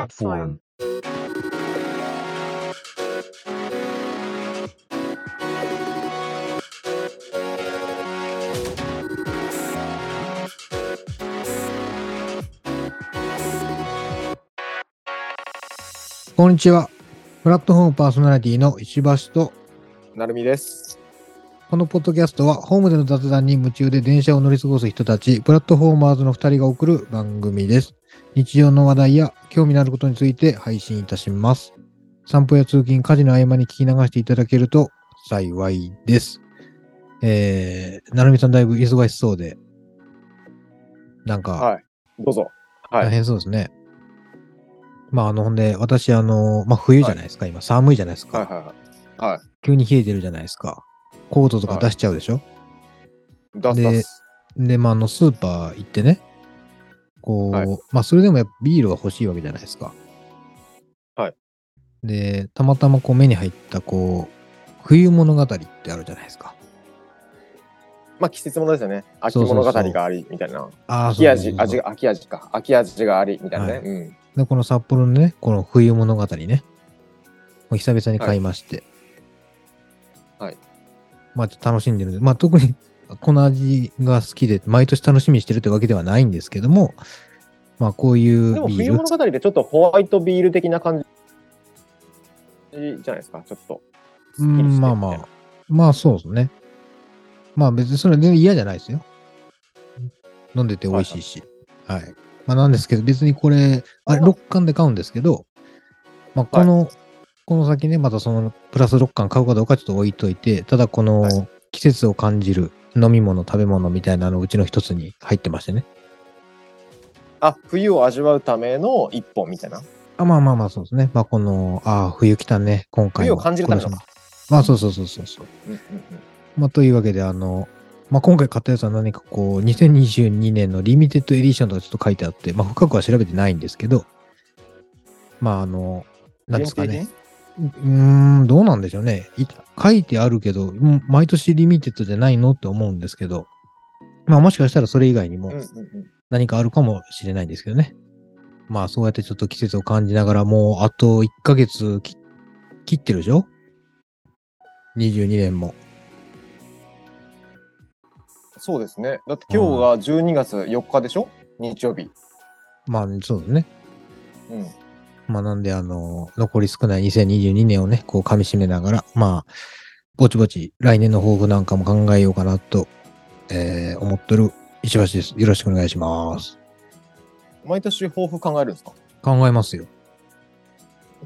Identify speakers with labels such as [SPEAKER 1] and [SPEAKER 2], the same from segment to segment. [SPEAKER 1] platform,
[SPEAKER 2] こんにちは。プラットフォームパーソナリティの石橋と、
[SPEAKER 3] なるみです。
[SPEAKER 2] このポッドキャストは、ホームでの雑談に夢中で電車を乗り過ごす人たち、プラットフォーマーズの2人が送る番組です。日常の話題や興味のあることについて配信いたします。散歩や通勤、家事の合間に聞き流していただけると幸いです。えー、なるみさんだいぶ忙しそうで、なんか、
[SPEAKER 3] はい。どうぞ。は
[SPEAKER 2] 大
[SPEAKER 3] い。
[SPEAKER 2] 変そうですね。まあ、あの、ほんで、私、あの、まあ、冬じゃないですか、今、寒いじゃないですか、
[SPEAKER 3] はいは
[SPEAKER 2] 急に冷えてるじゃないですか。コートとか出しちゃうでしょ、
[SPEAKER 3] い。出す
[SPEAKER 2] で
[SPEAKER 3] 出す。
[SPEAKER 2] で、まあ、あの、スーパー行ってね、こう、
[SPEAKER 3] はい
[SPEAKER 2] まあ、それでもやっぱビールは欲しいわけじゃないですか。
[SPEAKER 3] はい。
[SPEAKER 2] で、たまたまこう、目に入った、こう、冬物語ってあるじゃないですか。
[SPEAKER 3] まあ季節ものですよね。秋
[SPEAKER 2] そうそうそう
[SPEAKER 3] 物語がありみたいな。
[SPEAKER 2] ああ、
[SPEAKER 3] 秋味、
[SPEAKER 2] そうそう
[SPEAKER 3] 味
[SPEAKER 2] そう
[SPEAKER 3] が、秋味か。秋味がありみたいな
[SPEAKER 2] は
[SPEAKER 3] ね
[SPEAKER 2] い。
[SPEAKER 3] うん。
[SPEAKER 2] で、この札幌のね、この冬物語ね、もう久々に買いまして。
[SPEAKER 3] はい。
[SPEAKER 2] まあ、ちょっと楽しんでるんで、まあ、特にこの味が好きで、毎年楽しみにしてるってわけではないんですけども、まあ、こういう
[SPEAKER 3] でも
[SPEAKER 2] ビ
[SPEAKER 3] 冬
[SPEAKER 2] ール
[SPEAKER 3] 物。語でちょっとホワイトビール的な感じじゃないですか。ちょっと。す
[SPEAKER 2] う
[SPEAKER 3] っきりしてみたい
[SPEAKER 2] ん、
[SPEAKER 3] な
[SPEAKER 2] まあまあ。まあ、そうですね。まあ、別にそれは全然嫌じゃないですよ。飲んでて美味しいし。はい、まあ、なんですけど、別にこれ、あれ、
[SPEAKER 3] あ
[SPEAKER 2] 6巻で買うんですけど、まあ、この、この先ね、またその、プラス6巻買うかどうかちょっと置いといて、ただこ
[SPEAKER 3] は
[SPEAKER 2] の、季節を感じる飲み物、食べ物みたいなのうちの一つに入ってましてね。
[SPEAKER 3] あ、冬を味わうための一本みたいな。
[SPEAKER 2] あまあまあまあ、そうですね。まあ、この、ああ、冬来たね、今回
[SPEAKER 3] 冬
[SPEAKER 2] は
[SPEAKER 3] を感じるための
[SPEAKER 2] この島まあ、そうそうそうそうそう。
[SPEAKER 3] うんうん
[SPEAKER 2] まあ、というわけで、あの、まあ、今回買ったやつは何かこう、2022年のリミテッドエディションとかちょっと書いてあって、まあ、深くは調べてないんですけど、まあ、あの、
[SPEAKER 3] う。
[SPEAKER 2] なんんですか
[SPEAKER 3] 限
[SPEAKER 2] ね。
[SPEAKER 3] 定
[SPEAKER 2] うーん、どうなんでしょうね。い書いてあるけど、うん毎年リミテッドじゃないのって思うんですけど、まあ、もしかしたらそれ以外にも
[SPEAKER 3] 品うんうんうん。
[SPEAKER 2] 何かあるかもしれないんですけどね。まあ、そうやってちょっと季節を感じながら、もうあと1ヶ月き切ってるでしょ ?22 年も。
[SPEAKER 3] そうですね。だって今日が12月4日でしょ日曜日。
[SPEAKER 2] まあ、そうですね。
[SPEAKER 3] うん。
[SPEAKER 2] まあ、なんで、あの、残り少ない2022年をね、こう、噛み締めながら、まあ、ぼちぼち、来年の抱負なんかも考えようかなと、えー、思っとる石橋です。よろしくお願いします。
[SPEAKER 3] 毎年抱負考えるんですか
[SPEAKER 2] 考えますよ。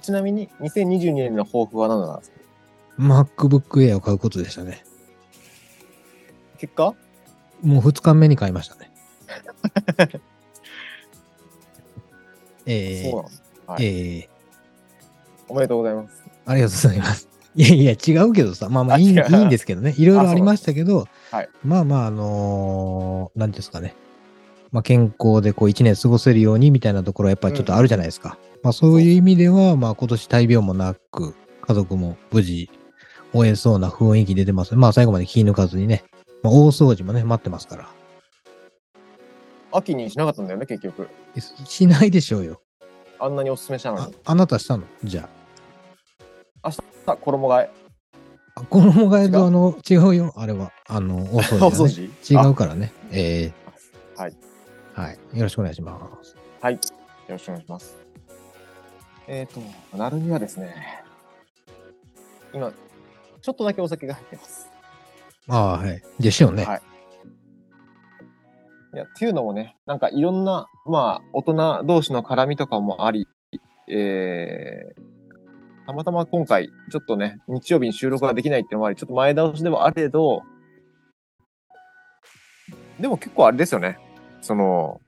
[SPEAKER 3] ちなみに2022年の抱負は何なんですか
[SPEAKER 2] MacBook Air を買うことでしたね。
[SPEAKER 3] 結果
[SPEAKER 2] もう2日目に買いました ね。え
[SPEAKER 3] そうな
[SPEAKER 2] ー
[SPEAKER 3] の、
[SPEAKER 2] え
[SPEAKER 3] い
[SPEAKER 2] ー、
[SPEAKER 3] おめでとうございます。
[SPEAKER 2] ありがとうございます。 いやいや、違うけどさ、まあまあ
[SPEAKER 3] あ
[SPEAKER 2] いいいい
[SPEAKER 3] 違うん
[SPEAKER 2] ですけどね、いろいろありましたけど、
[SPEAKER 3] はい
[SPEAKER 2] まあまあ、あのーなんですかね、まあ、健康でこう一年過ごせるようにみたいなところはやっぱりちょっとあるじゃないですか。まあそういう意味では、まあ今年大病もなく、家族も無事終えそうな雰囲気出てます。まあ最後まで気抜かずにね、まあ、大掃除もね、待ってますから。
[SPEAKER 3] 秋にしなかったんだよね、結局。
[SPEAKER 2] えしないでしょうよ。
[SPEAKER 3] あんなにおすすめしたの
[SPEAKER 2] あ
[SPEAKER 3] に。
[SPEAKER 2] あなたしたのじゃ
[SPEAKER 3] さあ、衣替え。
[SPEAKER 2] あ。あ衣替え
[SPEAKER 3] 違
[SPEAKER 2] と
[SPEAKER 3] う
[SPEAKER 2] あの、違うよ。あれは。あの、 大掃除、ね。
[SPEAKER 3] お掃除
[SPEAKER 2] 違
[SPEAKER 3] あ
[SPEAKER 2] うからね。えー
[SPEAKER 3] はい。
[SPEAKER 2] はい。よろしくお願いします。
[SPEAKER 3] はい。よろしくお願いします。えっ、と、なるにはですね、今、ちょっとだけお酒が入ってます。
[SPEAKER 2] ああ、はい。ですよね。
[SPEAKER 3] はい。いや、っていうのもね、なんかいろんな、まあ、大人同士の絡みとかもあり、えー、たまたま今回、ちょっとね、日曜日に収録ができないっていうのもあり、ちょっと前倒しではあれど、でも結構あれですよね、その、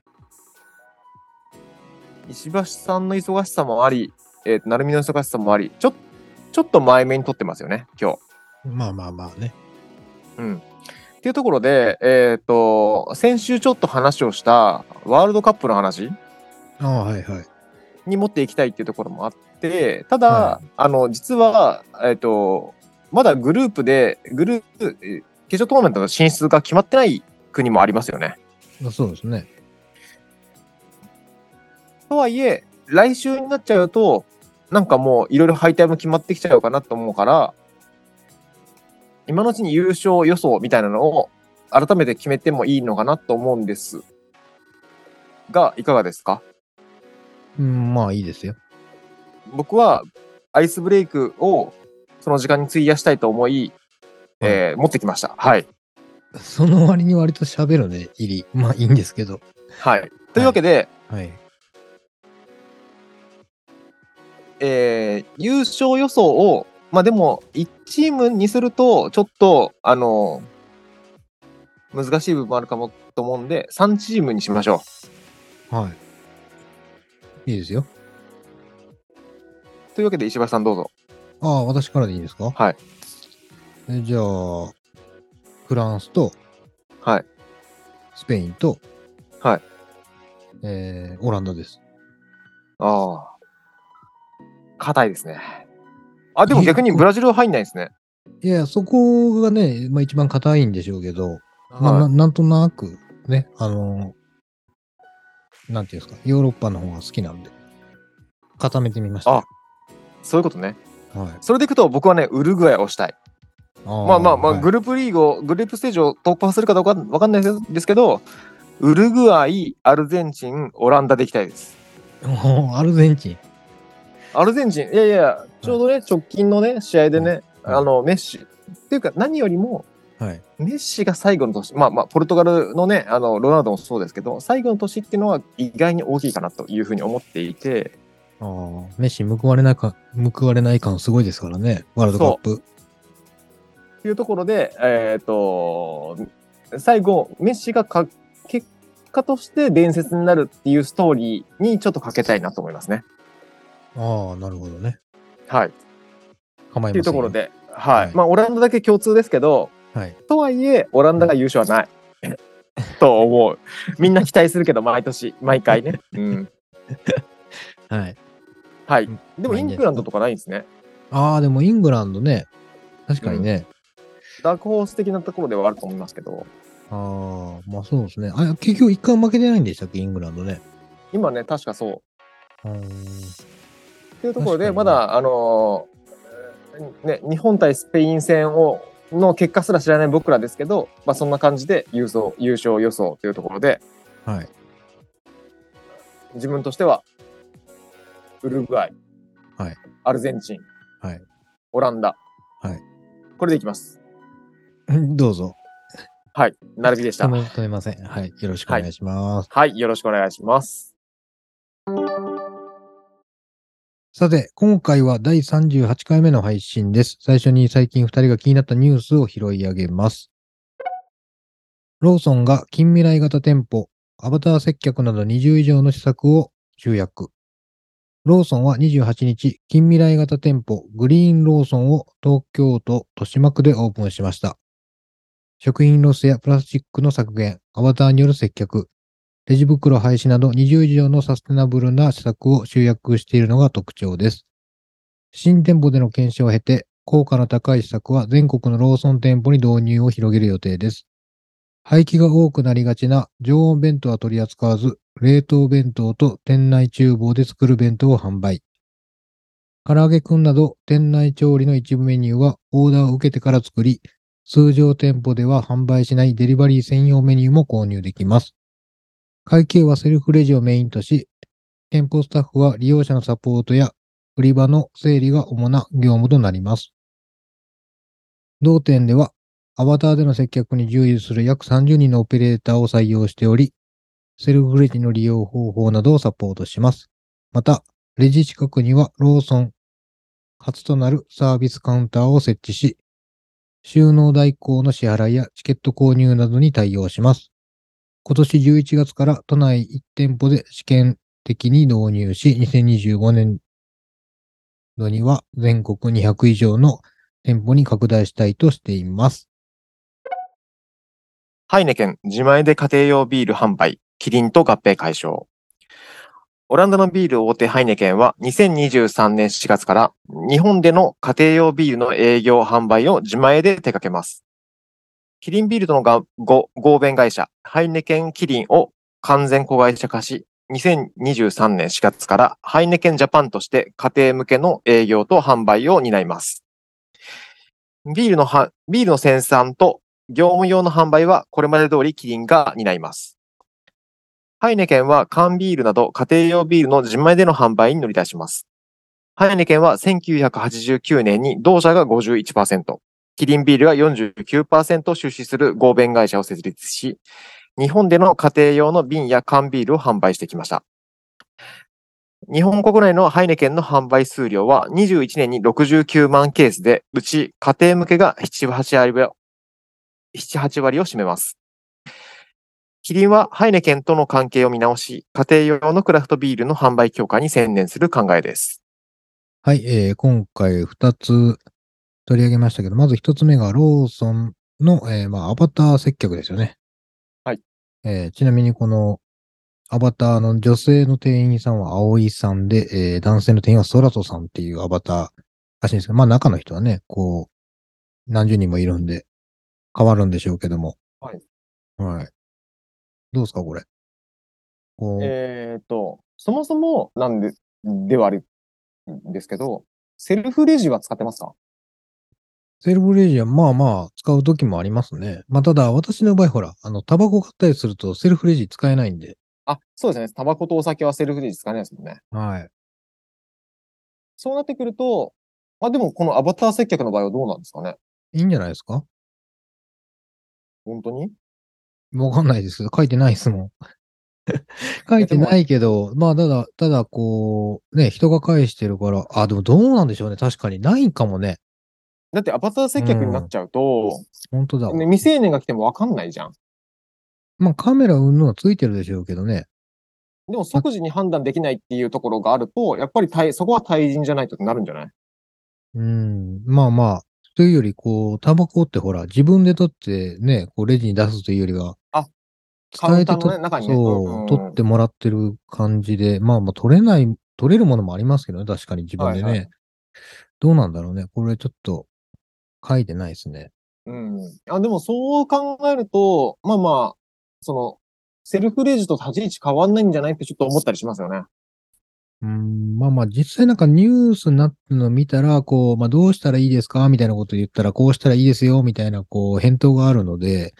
[SPEAKER 3] 石橋さんの忙しさもあり、えー、成美の忙しさもあり、ちょ、ちょっと前目に撮ってますよね、今日。
[SPEAKER 2] まあまあまあね。
[SPEAKER 3] うん。っていうところで、えっ、と、先週ちょっと話をしたワールドカップの話
[SPEAKER 2] ああ、はいはい。
[SPEAKER 3] に持っていきたいっていうところもあって、ただ、
[SPEAKER 2] は
[SPEAKER 3] あの、実は、えっ、と、まだグループで、グループ、えー決勝トーナメントの進出が決まってない国もありますよね。
[SPEAKER 2] まあそうですね。
[SPEAKER 3] とはいえ、え来週になっちゃうと、なんかもういろいろ敗退も決まってきちゃうかなと思うから、今のうちに優勝予想みたいなのを改めて決めてもいいのかなと思うんですが、いかがですか
[SPEAKER 2] うん、まあいいですよ。
[SPEAKER 3] 僕はアイスブレイクをその時間に費やしたいと思い、えー持ってきました。はい。
[SPEAKER 2] その割に割と喋るね、入り。まあいいんですけど。
[SPEAKER 3] はい。というわけで、
[SPEAKER 2] はい。
[SPEAKER 3] えー優勝予想を、まあでも、1チームにすると、ちょっと、あの、難しい部分もあるかもと思うんで、3チームにしましょ
[SPEAKER 2] はい。いいですよ。
[SPEAKER 3] う。というわけで、石橋さんどうぞ。
[SPEAKER 2] ああ、私からでいいですか
[SPEAKER 3] はい。
[SPEAKER 2] えじゃあ、フランスと、
[SPEAKER 3] はい。
[SPEAKER 2] スペインと、
[SPEAKER 3] はい。
[SPEAKER 2] えー、オランダです。
[SPEAKER 3] ああ。硬いですね。あ、でも逆にブラジルは入んないですね。
[SPEAKER 2] いや、そこがね、まあ一番硬いんでしょうけど、まあな
[SPEAKER 3] は
[SPEAKER 2] なんとなく、ね、あのーなんていうんですか、ヨーロッパの方が好きなんで、固めてみました。
[SPEAKER 3] あい。そういうことね。
[SPEAKER 2] はい。
[SPEAKER 3] それでいくと、僕はね、ウルグアイをしたい。まあまあまあ、グループリーグを、グループステージを突破するかどうかわかんないですけど、ウルグアイ、アルゼンチン、オランダでいきたいです。
[SPEAKER 2] はい、アルゼンチン。
[SPEAKER 3] アルゼンチン、いやいや、ちょうどね、直近のね、試合でね、
[SPEAKER 2] うん
[SPEAKER 3] あの、メッシ。っていうか、何よりも、
[SPEAKER 2] はい。
[SPEAKER 3] メッシが最後の年、まあまあ、ポルトガルのね、あの、ロナウドもそうですけど、最後の年っていうのは意外に大きいかなというふうに思っていて、
[SPEAKER 2] ああ、メッシ報われないか、報われない感すごいですからね、ワールドカップ。
[SPEAKER 3] というところで、えっ、と、最後、メッシがか、結果として伝説になるっていうストーリーにちょっとかけたいなと思いますね。
[SPEAKER 2] ああ、なるほどね。
[SPEAKER 3] はい。
[SPEAKER 2] 構
[SPEAKER 3] っ
[SPEAKER 2] いません
[SPEAKER 3] ていうところ。で、はい。
[SPEAKER 2] はい
[SPEAKER 3] まあ、オランダだけ共通ですけど、
[SPEAKER 2] はい。
[SPEAKER 3] とはいえ、オランダが優勝はない。 と思う。みんな期待するけど、毎年、毎回 ね。うん。
[SPEAKER 2] はい。
[SPEAKER 3] はい。
[SPEAKER 2] で
[SPEAKER 3] でも、イングランドとかないんですね。
[SPEAKER 2] ああ、でもイングランドね。確かにね。
[SPEAKER 3] ダークホース的なところではあると思いますけど、
[SPEAKER 2] ああ、まあそうですね。あ、結局一回負けてないんでしたっけ、イングランドね。
[SPEAKER 3] 今ね、確かそう。
[SPEAKER 2] うーん
[SPEAKER 3] っていうところで、
[SPEAKER 2] 確か
[SPEAKER 3] ま
[SPEAKER 2] にね
[SPEAKER 3] だ、あのーね、日本対スペイン戦を、の結果すら知らない僕らですけど、まあ、そんな感じで優勝優勝予想というところで、
[SPEAKER 2] はい。
[SPEAKER 3] 自分としては、ウルグアイ、
[SPEAKER 2] はい
[SPEAKER 3] アルゼンチン、
[SPEAKER 2] はい
[SPEAKER 3] オランダ、
[SPEAKER 2] はい
[SPEAKER 3] これでいきます。
[SPEAKER 2] どうぞ。
[SPEAKER 3] はい、並びでした
[SPEAKER 2] 止。め止めません。はい。よろしくお願いします。
[SPEAKER 3] はい、よろしくお願いします。
[SPEAKER 2] さて、今回は第38回目の配信です。最初に最近2人が気になったニュースを拾い上げます。ローソンが近未来型店舗、アバター接客など20以上の施策を集約。ローソンは28日、近未来型店舗グリーンローソンを東京都豊島区でオープンしました。食品ロスやプラスチックの削減、アバターによる接客、レジ袋廃止など20以上のサステナブルな施策を集約しているのが特徴です。新店舗での検証を経て、効果の高い施策は全国のローソン店舗に導入を広げる予定です。廃棄が多くなりがちな常温弁当は取り扱わず、冷凍弁当と店内厨房で作る弁当を販売。唐揚げくんなど店内調理の一部メニューはオーダーを受けてから作り、通常店舗では販売しないデリバリー専用メニューも購入できます。会計はセルフレジをメインとし、店舗スタッフは利用者のサポートや売り場の整理が主な業務となります。同店では、アバターでの接客に従事する約30人のオペレーターを採用しており、セルフレジの利用方法などをサポートします。また、レジ近くにはローソン初となるサービスカウンターを設置し、収納代行の支払いやチケット購入などに対応します。今年11月から都内1店舗で試験的に導入し、2025年度には全国200以上の店舗に拡大したいとしています。
[SPEAKER 3] ハイネケン、自前で家庭用ビール販売、キリンと合併解消。オランダのビール大手ハイネケンは2023年4月から日本での家庭用ビールの営業販売を自前で手掛けます。キリンビールとのがご合弁会社、ハイネケンキリンを完全子会社化し、 2023年4月からハイネケンジャパンとして家庭向けの営業と販売を担います。ビールのは、ビールの生産と業務用の販売はこれまで通りキリンが担います。ハイネケンは缶ビールなど家庭用ビールの自前での販売に乗り出します。ハイネケンは1989年に同社が51%、キリンビールが49%を出資する合弁会社を設立し、日本での家庭用の瓶や缶ビールを販売してきました。日本国内のハイネケンの販売数量は21年に69万ケースで、うち家庭向けが7、8割を、7、8割を占めます。キリンはハイネケンとの関係を見直し、家庭用のクラフトビールの販売強化に専念する考えです。
[SPEAKER 2] はい、えー今回2つ取り上げましたけど、まず1つ目がローソンの、えーまあ、アバター接客ですよね。
[SPEAKER 3] はい。
[SPEAKER 2] えーちなみにこのアバターの女性の店員さんは葵さんで、えー男性の店員はソラトさんっていうアバターらしいんですけど、まあ中の人はね、こう、何十人もいるんで変わるんでしょうけども。
[SPEAKER 3] はい。
[SPEAKER 2] はい。どうですか、これ。こう、
[SPEAKER 3] えっと、そもそもなんで、ではあるんですけど、セルフレジは使ってますか
[SPEAKER 2] セルフレジはまあまあ使う時もありますね。まあただ私の場合ほら、あの、タバコ買ったりするとセルフレジ使えないんで。
[SPEAKER 3] あ、そうですね。タバコとお酒はセルフレジ使えないですもんね。
[SPEAKER 2] はい。
[SPEAKER 3] そうなってくると、まあでもこのアバター接客の場合はどうなんですかね
[SPEAKER 2] いいんじゃないですか
[SPEAKER 3] 本当に
[SPEAKER 2] わかんないです。書いてないですもん。 書いてないけど、まあただ、ただこう、ね、人が返してるから、あ、でもどうなんでしょうね。確かにないかもね。
[SPEAKER 3] だってアバター接客になっちゃうと、
[SPEAKER 2] 本当だわ。
[SPEAKER 3] ね未成年が来てもわかんないじゃん。
[SPEAKER 2] まあカメラうんぬんはついてるでしょうけどね。
[SPEAKER 3] でも即時に判断できないっていうところがあると、やっぱり対そこは対人じゃないとってなるんじゃない
[SPEAKER 2] うん、まあまあ。というより、こう、タバコってほら、自分で取ってね、こう、レジに出すというよりは、
[SPEAKER 3] あ
[SPEAKER 2] 伝えて
[SPEAKER 3] カウンターの
[SPEAKER 2] 取
[SPEAKER 3] ね中にねうんうん
[SPEAKER 2] そうう、
[SPEAKER 3] ん
[SPEAKER 2] 取ってもらってる感じで、まあまあ、取れない、取れるものもありますけどね、確かに自分でね。
[SPEAKER 3] はいはい
[SPEAKER 2] どうなんだろうね。これちょっと、書いてないですね。
[SPEAKER 3] うん。あ、でもそう考えると、まあまあ、その、セルフレジと立ち位置変わんないんじゃないってちょっと思ったりしますよね。
[SPEAKER 2] うん、まあまあ、実際なんかニュースになってるのを見たら、こう、まあ、どうしたらいいですかみたいなこと言ったら、こうしたらいいですよみたいな、こう、返答があるので、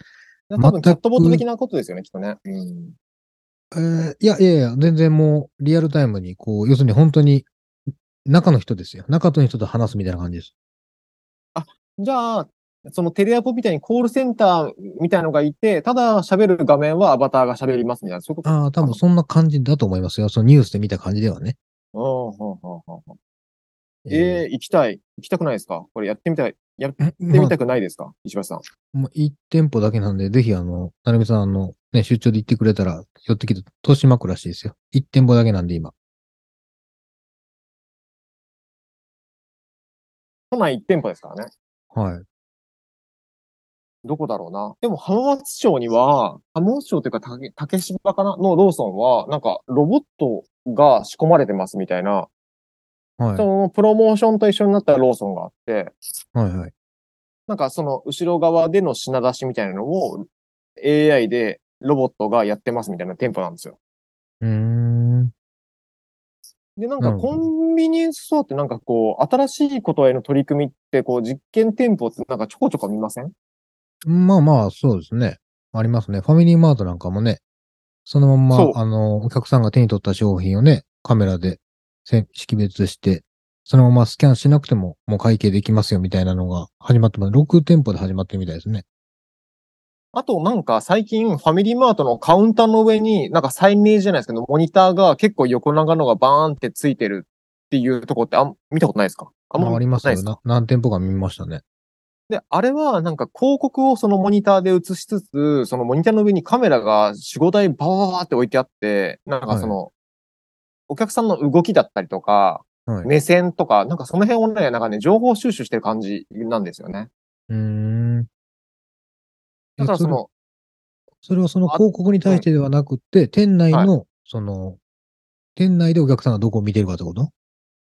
[SPEAKER 3] 多分
[SPEAKER 2] 全く
[SPEAKER 3] キャットボット的なことですよね、きっとね。うん。
[SPEAKER 2] えーいやいやいや、全然もうリアルタイムに、こう、要するに本当に中の人ですよ。中の人と話すみたいな感じです。
[SPEAKER 3] じゃあ、そのテレアポみたいにコールセンターみたいのがいて、ただ喋る画面はアバターが喋りますみたいな、そういうこと
[SPEAKER 2] ああ、多分そんな感じだと思いますよ。そのニュースで見た感じではね。
[SPEAKER 3] うんええ行きたい。行きたくないですかこれやってみたい。やっ
[SPEAKER 2] えー
[SPEAKER 3] てみた
[SPEAKER 2] ま
[SPEAKER 3] くないですか、石橋さん。
[SPEAKER 2] あ、もう1店舗だけなんで、ぜひあの、なるみさん、あの、ね、出張で行ってくれたら、寄ってきて、豊島区らしいですよ。1店舗だけなんで今。
[SPEAKER 3] 都内1店舗ですからね。
[SPEAKER 2] はい。
[SPEAKER 3] どこだろうな。でも浜松町には、浜松町というか竹竹芝かなのローソンは、なんかロボットが仕込まれてますみたいな、
[SPEAKER 2] は
[SPEAKER 3] そ
[SPEAKER 2] い。
[SPEAKER 3] のプロモーションと一緒になったローソンがあって、
[SPEAKER 2] はいはい。
[SPEAKER 3] なんかその後ろ側での品出しみたいなのを AI でロボットがやってますみたいな店舗なんですよ。
[SPEAKER 2] うーん。
[SPEAKER 3] で、なんか
[SPEAKER 2] なるほ
[SPEAKER 3] コ
[SPEAKER 2] ど
[SPEAKER 3] ンビニエンスストアってなんかこう、新しいことへの取り組みって、こう、実験店舗ってなんかちょこちょこ見ません
[SPEAKER 2] まあまあ、そうですね。ありますね。ファミリーマートなんかもね、そのま
[SPEAKER 3] そうん
[SPEAKER 2] ま、あの、お客さんが手に取った商品をね、カメラでせ識別して、そのままスキャンしなくても、もう会計できますよみたいなのが始まってます。6店舗で始まってるみたいですね。
[SPEAKER 3] あとなんか最近ファミリーマートのカウンターの上になんかサイネージじゃないですけど、モニターが結構横長のがバーンってついてるっていうとこってあん見たことないですかあ
[SPEAKER 2] あ
[SPEAKER 3] んま
[SPEAKER 2] あります
[SPEAKER 3] ない
[SPEAKER 2] よ
[SPEAKER 3] ですか
[SPEAKER 2] な。何店舗か見ましたね。
[SPEAKER 3] で、あれはなんか広告をそのモニターで映しつつ、そのモニターの上にカメラが4、5台バーバーバーって置いてあって、なんかその、お客さんの動きだったりとか、
[SPEAKER 2] はい。
[SPEAKER 3] 目線とか、なんかその辺をね、なんかね、情報収集してる感じなんですよね。
[SPEAKER 2] うーん。
[SPEAKER 3] だからその、
[SPEAKER 2] それはその広告に対してではなくって、店内の、その、店内でお客さんがどこを見てるかってこと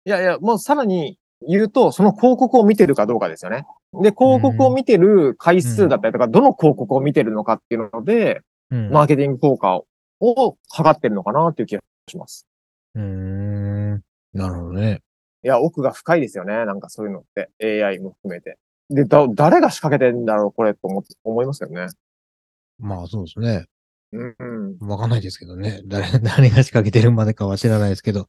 [SPEAKER 3] いやいや、もうさらに言うと、その広告を見てるかどうかですよね。で、広告を見てる回数だったりとか、どの広告を見てるのかっていうので、
[SPEAKER 2] うん
[SPEAKER 3] マーケティング効果を測ってるのかなっていう気がします。
[SPEAKER 2] うーん。なるほどね。
[SPEAKER 3] いや、奥が深いですよね。なんかそういうのって。AI も含めて。で、だ、誰が仕掛けてんだろう、これ、と思っ、思いますよね。
[SPEAKER 2] まあそうですね。
[SPEAKER 3] うん、うん。
[SPEAKER 2] わかんないですけどね。 誰、誰が仕掛けてるまでかは知らないですけど。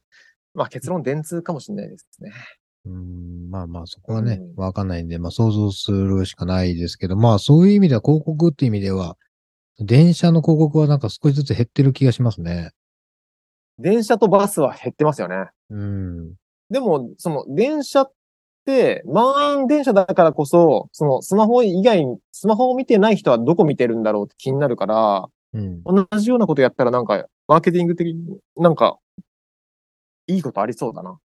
[SPEAKER 3] まあ結論電通かもしれないですね。
[SPEAKER 2] うーんまあまあそこはね
[SPEAKER 3] うん、
[SPEAKER 2] わかんないんで、まあ想像するしかないですけど、まあそういう意味では広告っていう意味では、電車の広告はなんか少しずつ減ってる気がしますね。
[SPEAKER 3] 電車とバスは減ってますよね。
[SPEAKER 2] うん。
[SPEAKER 3] でも、その、電車って、満員電車だからこそ、その、スマホ以外に、スマホを見てない人はどこ見てるんだろうって気になるから、
[SPEAKER 2] うん。
[SPEAKER 3] 同じようなことやったらなんか、マーケティング的になんか、いいことありそうだな。っ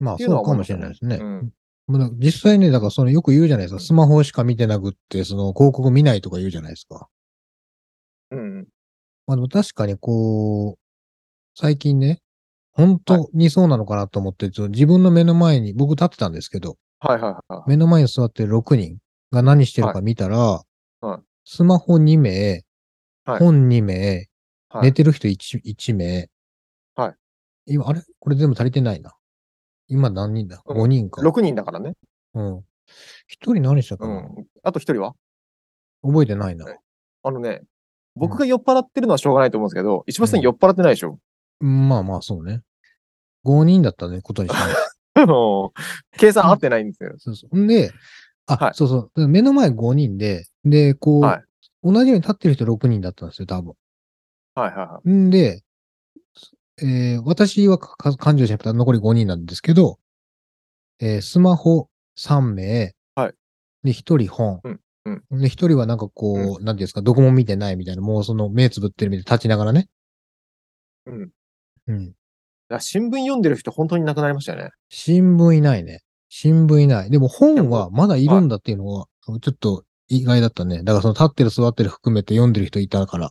[SPEAKER 2] まあ
[SPEAKER 3] ていうの
[SPEAKER 2] そ
[SPEAKER 3] は
[SPEAKER 2] うか
[SPEAKER 3] 思いま
[SPEAKER 2] もし
[SPEAKER 3] した
[SPEAKER 2] れ
[SPEAKER 3] ね
[SPEAKER 2] ないですね。
[SPEAKER 3] うん
[SPEAKER 2] まあだから実際ね、だからそのよく言うじゃないですか。スマホしか見てなくって、その広告見ないとか言うじゃないですか。
[SPEAKER 3] うん。
[SPEAKER 2] まあでも確かにこう、最近ね、本
[SPEAKER 3] は
[SPEAKER 2] 当にそうなのかなと思って、ちょっと自分の目の前に、僕立ってたんですけど、
[SPEAKER 3] はいはいはい。
[SPEAKER 2] 目の前に座ってる6人が何してるか見たら、
[SPEAKER 3] いはい
[SPEAKER 2] スマホ2名、
[SPEAKER 3] はい
[SPEAKER 2] 本2名、
[SPEAKER 3] はい
[SPEAKER 2] 寝てる人 1, 1名。
[SPEAKER 3] はい
[SPEAKER 2] 今、あれこれ全部足りてないな。今何人だ
[SPEAKER 3] うん
[SPEAKER 2] ?5 人か。
[SPEAKER 3] 6人だからね。
[SPEAKER 2] うん。1人何したか
[SPEAKER 3] う
[SPEAKER 2] な、
[SPEAKER 3] ん。あと1人は
[SPEAKER 2] 覚えてないな。
[SPEAKER 3] はあのね、僕が酔っ払ってるのはしょうがないと思うんですけど、石橋さん酔っ払ってないでしょ、
[SPEAKER 2] うんまあまあ、そうね。5人だったね、ことにします。
[SPEAKER 3] あの、計算合ってないんですよ。
[SPEAKER 2] そうそう。んで、あ、
[SPEAKER 3] はい
[SPEAKER 2] そうそう。目の前5人で、で、こう、
[SPEAKER 3] はい
[SPEAKER 2] 同じように立ってる人6人だったんですよ、多分。
[SPEAKER 3] はいはいは
[SPEAKER 2] んで、えー私はかか勘定しなくて残り5人なんですけど、えースマホ3名、
[SPEAKER 3] はい
[SPEAKER 2] で、1人本、
[SPEAKER 3] うんうん
[SPEAKER 2] で、1人はなんかこう、なんていうんですか、どこも見てないみたいな、もうその目つぶってるみたいな、立ちながらね。
[SPEAKER 3] い。うん。だか
[SPEAKER 2] うん。
[SPEAKER 3] ら新聞読んでる人本当になくなりましたよね。
[SPEAKER 2] 新聞いないね。新聞いない。でも
[SPEAKER 3] で
[SPEAKER 2] 本
[SPEAKER 3] も
[SPEAKER 2] はまだいるんだっていうのは、ちょっと意外だったね。だからその立ってる座ってる含めて読んでる人いたから、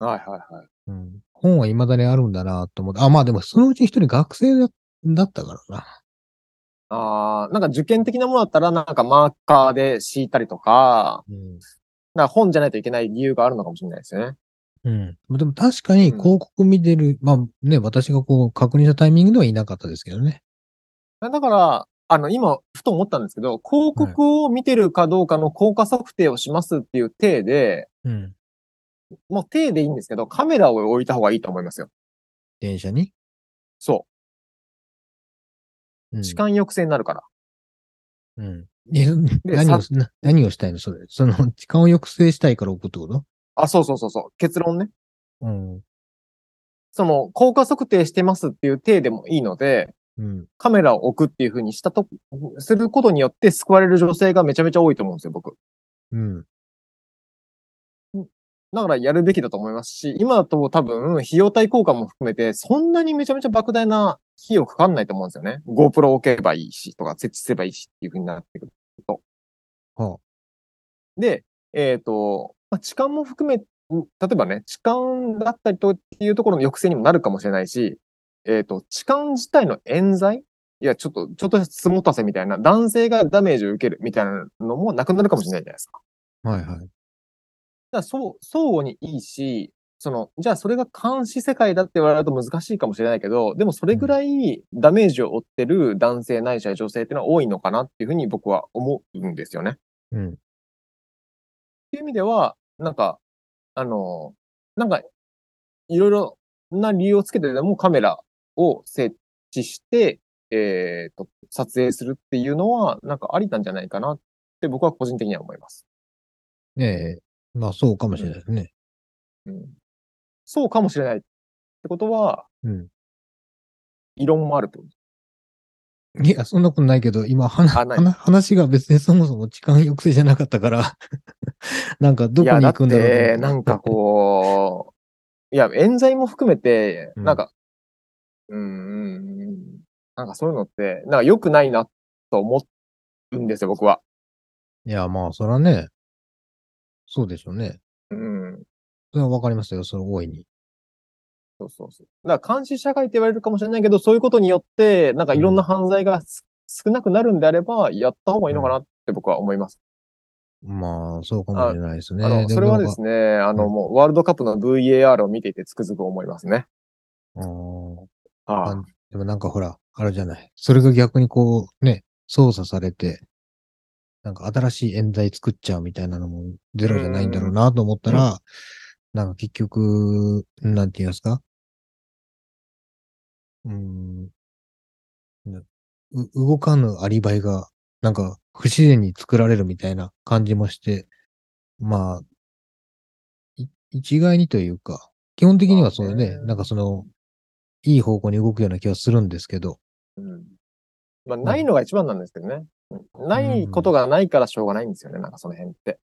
[SPEAKER 3] はいはいはい。
[SPEAKER 2] うん、本は未だにあるんだなと思って。あ、まあでもそのうち1人学生だだったからな。
[SPEAKER 3] ああ、なんか受験的なものだったら、なんかマーカーで敷いたりとか、
[SPEAKER 2] うん
[SPEAKER 3] なんか本じゃないといけない理由があるのかもしれないですよね。
[SPEAKER 2] うん。でも確かに
[SPEAKER 3] うん
[SPEAKER 2] 広告見てる、まあね、私がこう確認したタイミングではいなかったですけどね。
[SPEAKER 3] だから、あの、今、ふと思ったんですけど、広告を見てるかどうかの効果測定をしますっていう体で、
[SPEAKER 2] うん。
[SPEAKER 3] もう体でいいんですけど、カメラを置いた方がいいと思いますよ。
[SPEAKER 2] 電車に。
[SPEAKER 3] そうう。
[SPEAKER 2] ん。
[SPEAKER 3] 痴漢抑制になるから。
[SPEAKER 2] うん。え何を
[SPEAKER 3] さ、
[SPEAKER 2] な何をしたいのそれ。その、時間を抑制したいから置くってこと
[SPEAKER 3] あ、そうそうそうそう。結論ね。
[SPEAKER 2] うん。
[SPEAKER 3] その、効果測定してますっていう体でもいいので、
[SPEAKER 2] うん。
[SPEAKER 3] カメラを置くっていう風にしたと、することによって救われる女性がめちゃめちゃ多いと思うんですよ、僕。
[SPEAKER 2] うん。
[SPEAKER 3] だからやるべきだと思いますし、今だと多分、費用対効果も含めて、そんなにめちゃめちゃ莫大な費用かかんないと思うんですよね。GoPro 置けばいいし、とか設置すればいいしっていう風になってくると。
[SPEAKER 2] はあ
[SPEAKER 3] で、えっ、と、まあ、痴漢も含め、例えばね、痴漢だったりとっていうところの抑制にもなるかもしれないし、えっ、と、痴漢自体の冤罪いや、ちょっと、ちょっとしたつもたせみたいな、男性がダメージを受けるみたいなのもなくなるかもしれないじゃないですか。
[SPEAKER 2] はいはい。
[SPEAKER 3] だからそう、相互にいいし、その、じゃあそれが監視世界だって言われると難しいかもしれないけど、でもそれぐらいダメージを負ってる男性ないしは女性っていうのは多いのかなっていうふうに僕は思うんですよね。っ
[SPEAKER 2] うん。
[SPEAKER 3] ていう意味では、なんか、あの、なんか、いろいろな理由をつけてでもカメラを設置して、えっ、と、撮影するっていうのは、なんかありなんじゃないかなって僕は個人的には思います。
[SPEAKER 2] ええまあそうかもしれないですね。
[SPEAKER 3] うん、そうかもしれないってことは、
[SPEAKER 2] うん。
[SPEAKER 3] 異論もあるってこと。
[SPEAKER 2] いや、そんなことないけど、今、話
[SPEAKER 3] あない
[SPEAKER 2] 話話が別にそもそも時間抑制じゃなかったから、 なんかどこに行くんだろう
[SPEAKER 3] い
[SPEAKER 2] と
[SPEAKER 3] やだってて、
[SPEAKER 2] 思っ
[SPEAKER 3] なんかこ う、いや、冤罪も含めて、
[SPEAKER 2] うん
[SPEAKER 3] なんか、うん、うん、うん、なんかそういうのって、なんか良くないなと思うんですよ、僕は。
[SPEAKER 2] いや、まあ、そらね、そうでしょうね。
[SPEAKER 3] うん。
[SPEAKER 2] それはわかりますよ、その大いに。
[SPEAKER 3] そうそうそう。だから監視社会って言われるかもしれないけど、そういうことによって、なんかいろんな犯罪がす少なくなるんであれば、やった方がいいのかなって僕は思います。
[SPEAKER 2] まあ、そうかもしれないですね。
[SPEAKER 3] あの、それはです
[SPEAKER 2] ね。
[SPEAKER 3] ね、あ
[SPEAKER 2] う
[SPEAKER 3] の、
[SPEAKER 2] ん
[SPEAKER 3] もう、ワールドカップの VAR を見ていてつくづく思いますね。
[SPEAKER 2] なんかうん
[SPEAKER 3] あ
[SPEAKER 2] あでもなんかほら、あれじゃない。それが逆にこう、ね、操作されて、なんか新しい冤罪作っちゃうみたいなのもゼロじゃないんだろうなと思ったら、なんか結局、なんて言いますかうーん。なう動かぬアリバイが、なんか不自然に作られるみたいな感じもして、まあ、い一概にというか、基本的にはそう
[SPEAKER 3] ま
[SPEAKER 2] ね
[SPEAKER 3] あ、ね
[SPEAKER 2] なんかその、いい方向に動くような気はするんですけど。
[SPEAKER 3] うん。まあ、ないのが一番なんですけどね。ないことがないからしょうがないんですよね、なんかその辺って。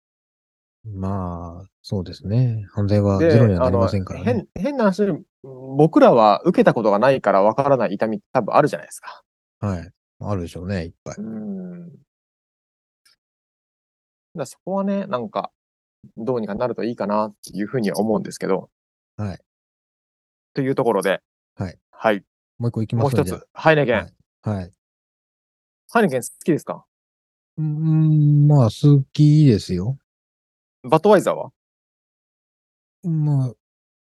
[SPEAKER 2] まあ、そうですね。犯罪は
[SPEAKER 3] で
[SPEAKER 2] ゼロにはなりませんから
[SPEAKER 3] あ
[SPEAKER 2] ね
[SPEAKER 3] の。変、変な話、僕らは受けたことがないからわからない痛みって多分あるじゃないですか。
[SPEAKER 2] はい。あるでしょうね、いっぱい。
[SPEAKER 3] うん。だからそこはね、なんか、どうにかなるといいかなっていうふうには思うんですけど。
[SPEAKER 2] はい。
[SPEAKER 3] というところで。
[SPEAKER 2] はい。
[SPEAKER 3] はい。
[SPEAKER 2] もう一個いき
[SPEAKER 3] も
[SPEAKER 2] ま
[SPEAKER 3] う
[SPEAKER 2] すね
[SPEAKER 3] 一
[SPEAKER 2] じゃ
[SPEAKER 3] つ。ハイネケン。
[SPEAKER 2] はいあはい。
[SPEAKER 3] ハイネケン好きですか
[SPEAKER 2] うーん、まあ、好きですよ。
[SPEAKER 3] バッドワイザーは
[SPEAKER 2] まあ、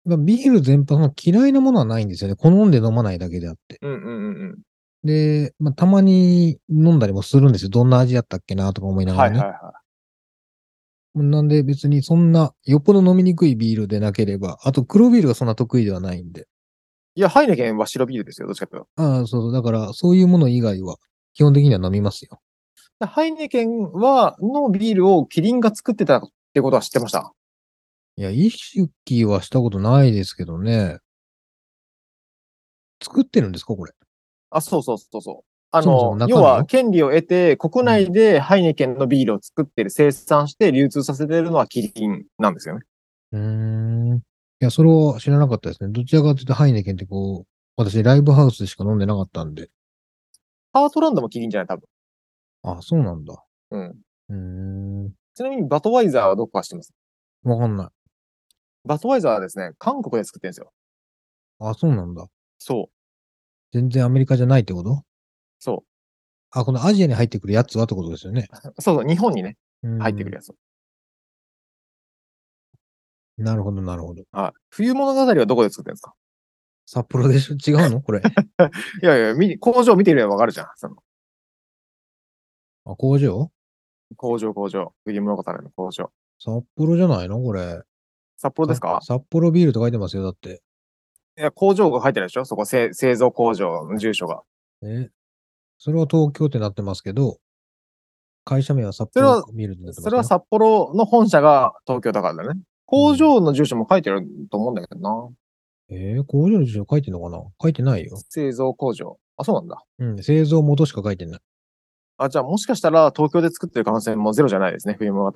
[SPEAKER 2] まあビール全般は嫌いなものはないんですよね。好んで飲まないだけであって。
[SPEAKER 3] うんうんうん。
[SPEAKER 2] で、まあ、たまに飲んだりもするんですよ。どんな味だったっけなとか思いうなんが
[SPEAKER 3] は
[SPEAKER 2] ら
[SPEAKER 3] い
[SPEAKER 2] ね。
[SPEAKER 3] はいは
[SPEAKER 2] なんで別にそんな、よっぽど飲みにくいビールでなければ、あと黒ビールがそんな得意ではないんで。
[SPEAKER 3] い。いや、ハイネケンは白ビールですよ、どっちかというと
[SPEAKER 2] ああ、そうそう。だから、そういうもの以外は、基本的には飲みますよ。。
[SPEAKER 3] だハイネケンは、のビールをキリンが作ってたってことは知ってました。
[SPEAKER 2] いや、意識はしたことないですけどね。作ってるんですかこれ。
[SPEAKER 3] あ、そうそうそうそう。あ
[SPEAKER 2] そもそも
[SPEAKER 3] の、
[SPEAKER 2] 中身
[SPEAKER 3] 要
[SPEAKER 2] は
[SPEAKER 3] は、権利を得て、国内でハイネケンのビールを作ってる、生産して流通させてるのはキリンなんですよね。
[SPEAKER 2] うーん。いや、それは知らなかったですね。どちらかというと、ハイネケンってこう、私、ライブハウスでしか飲んでなかったんで。
[SPEAKER 3] ハートランドもキリンじゃない、多分。
[SPEAKER 2] あ、そうなんだ。
[SPEAKER 3] うん。
[SPEAKER 2] うーん。
[SPEAKER 3] ちなみに、バトワイザーはどこか知ってます。
[SPEAKER 2] わかんない。
[SPEAKER 3] バトワイザーはですね、韓国で作ってるんですよ。
[SPEAKER 2] あ、そうなんだ。
[SPEAKER 3] そう。
[SPEAKER 2] 全然アメリカじゃないってこと
[SPEAKER 3] そ
[SPEAKER 2] あ、このアジアに入ってくるやつはってことですよね。
[SPEAKER 3] う。そうそう、日本にね、入ってくる
[SPEAKER 2] や
[SPEAKER 3] やつ。
[SPEAKER 2] つ。なるほど、なるほど。
[SPEAKER 3] はい。冬物語はどこで作ってるんですか
[SPEAKER 2] 札幌でしょ 違うのこれ。あ、
[SPEAKER 3] いやいや、み工場見てるばわかるじゃん。その
[SPEAKER 2] 工場
[SPEAKER 3] 工場、工場。冬物語の工場。
[SPEAKER 2] 札幌じゃないのこれ。
[SPEAKER 3] 札幌ですか
[SPEAKER 2] さ札幌ビールと書いてますよ、だって。
[SPEAKER 3] いや、工場が入ってるでしょそこ製、製造工場の住所が。
[SPEAKER 2] えそれは東京ってなってますけど、会社名は札
[SPEAKER 3] それは
[SPEAKER 2] 幌ビールってなってます
[SPEAKER 3] それは
[SPEAKER 2] よ
[SPEAKER 3] 札幌の本社が東京だからだね。工場の住所も書いてると思うんだけどな。
[SPEAKER 2] えー、工場の住所書いてんのかな書いてないよ。
[SPEAKER 3] 製造工場。あ、そうなんだ。
[SPEAKER 2] うん、製造元しか書いてない。
[SPEAKER 3] あ、じゃあもしかしたら東京で作ってる可能性もゼロじゃないですね。冬物語。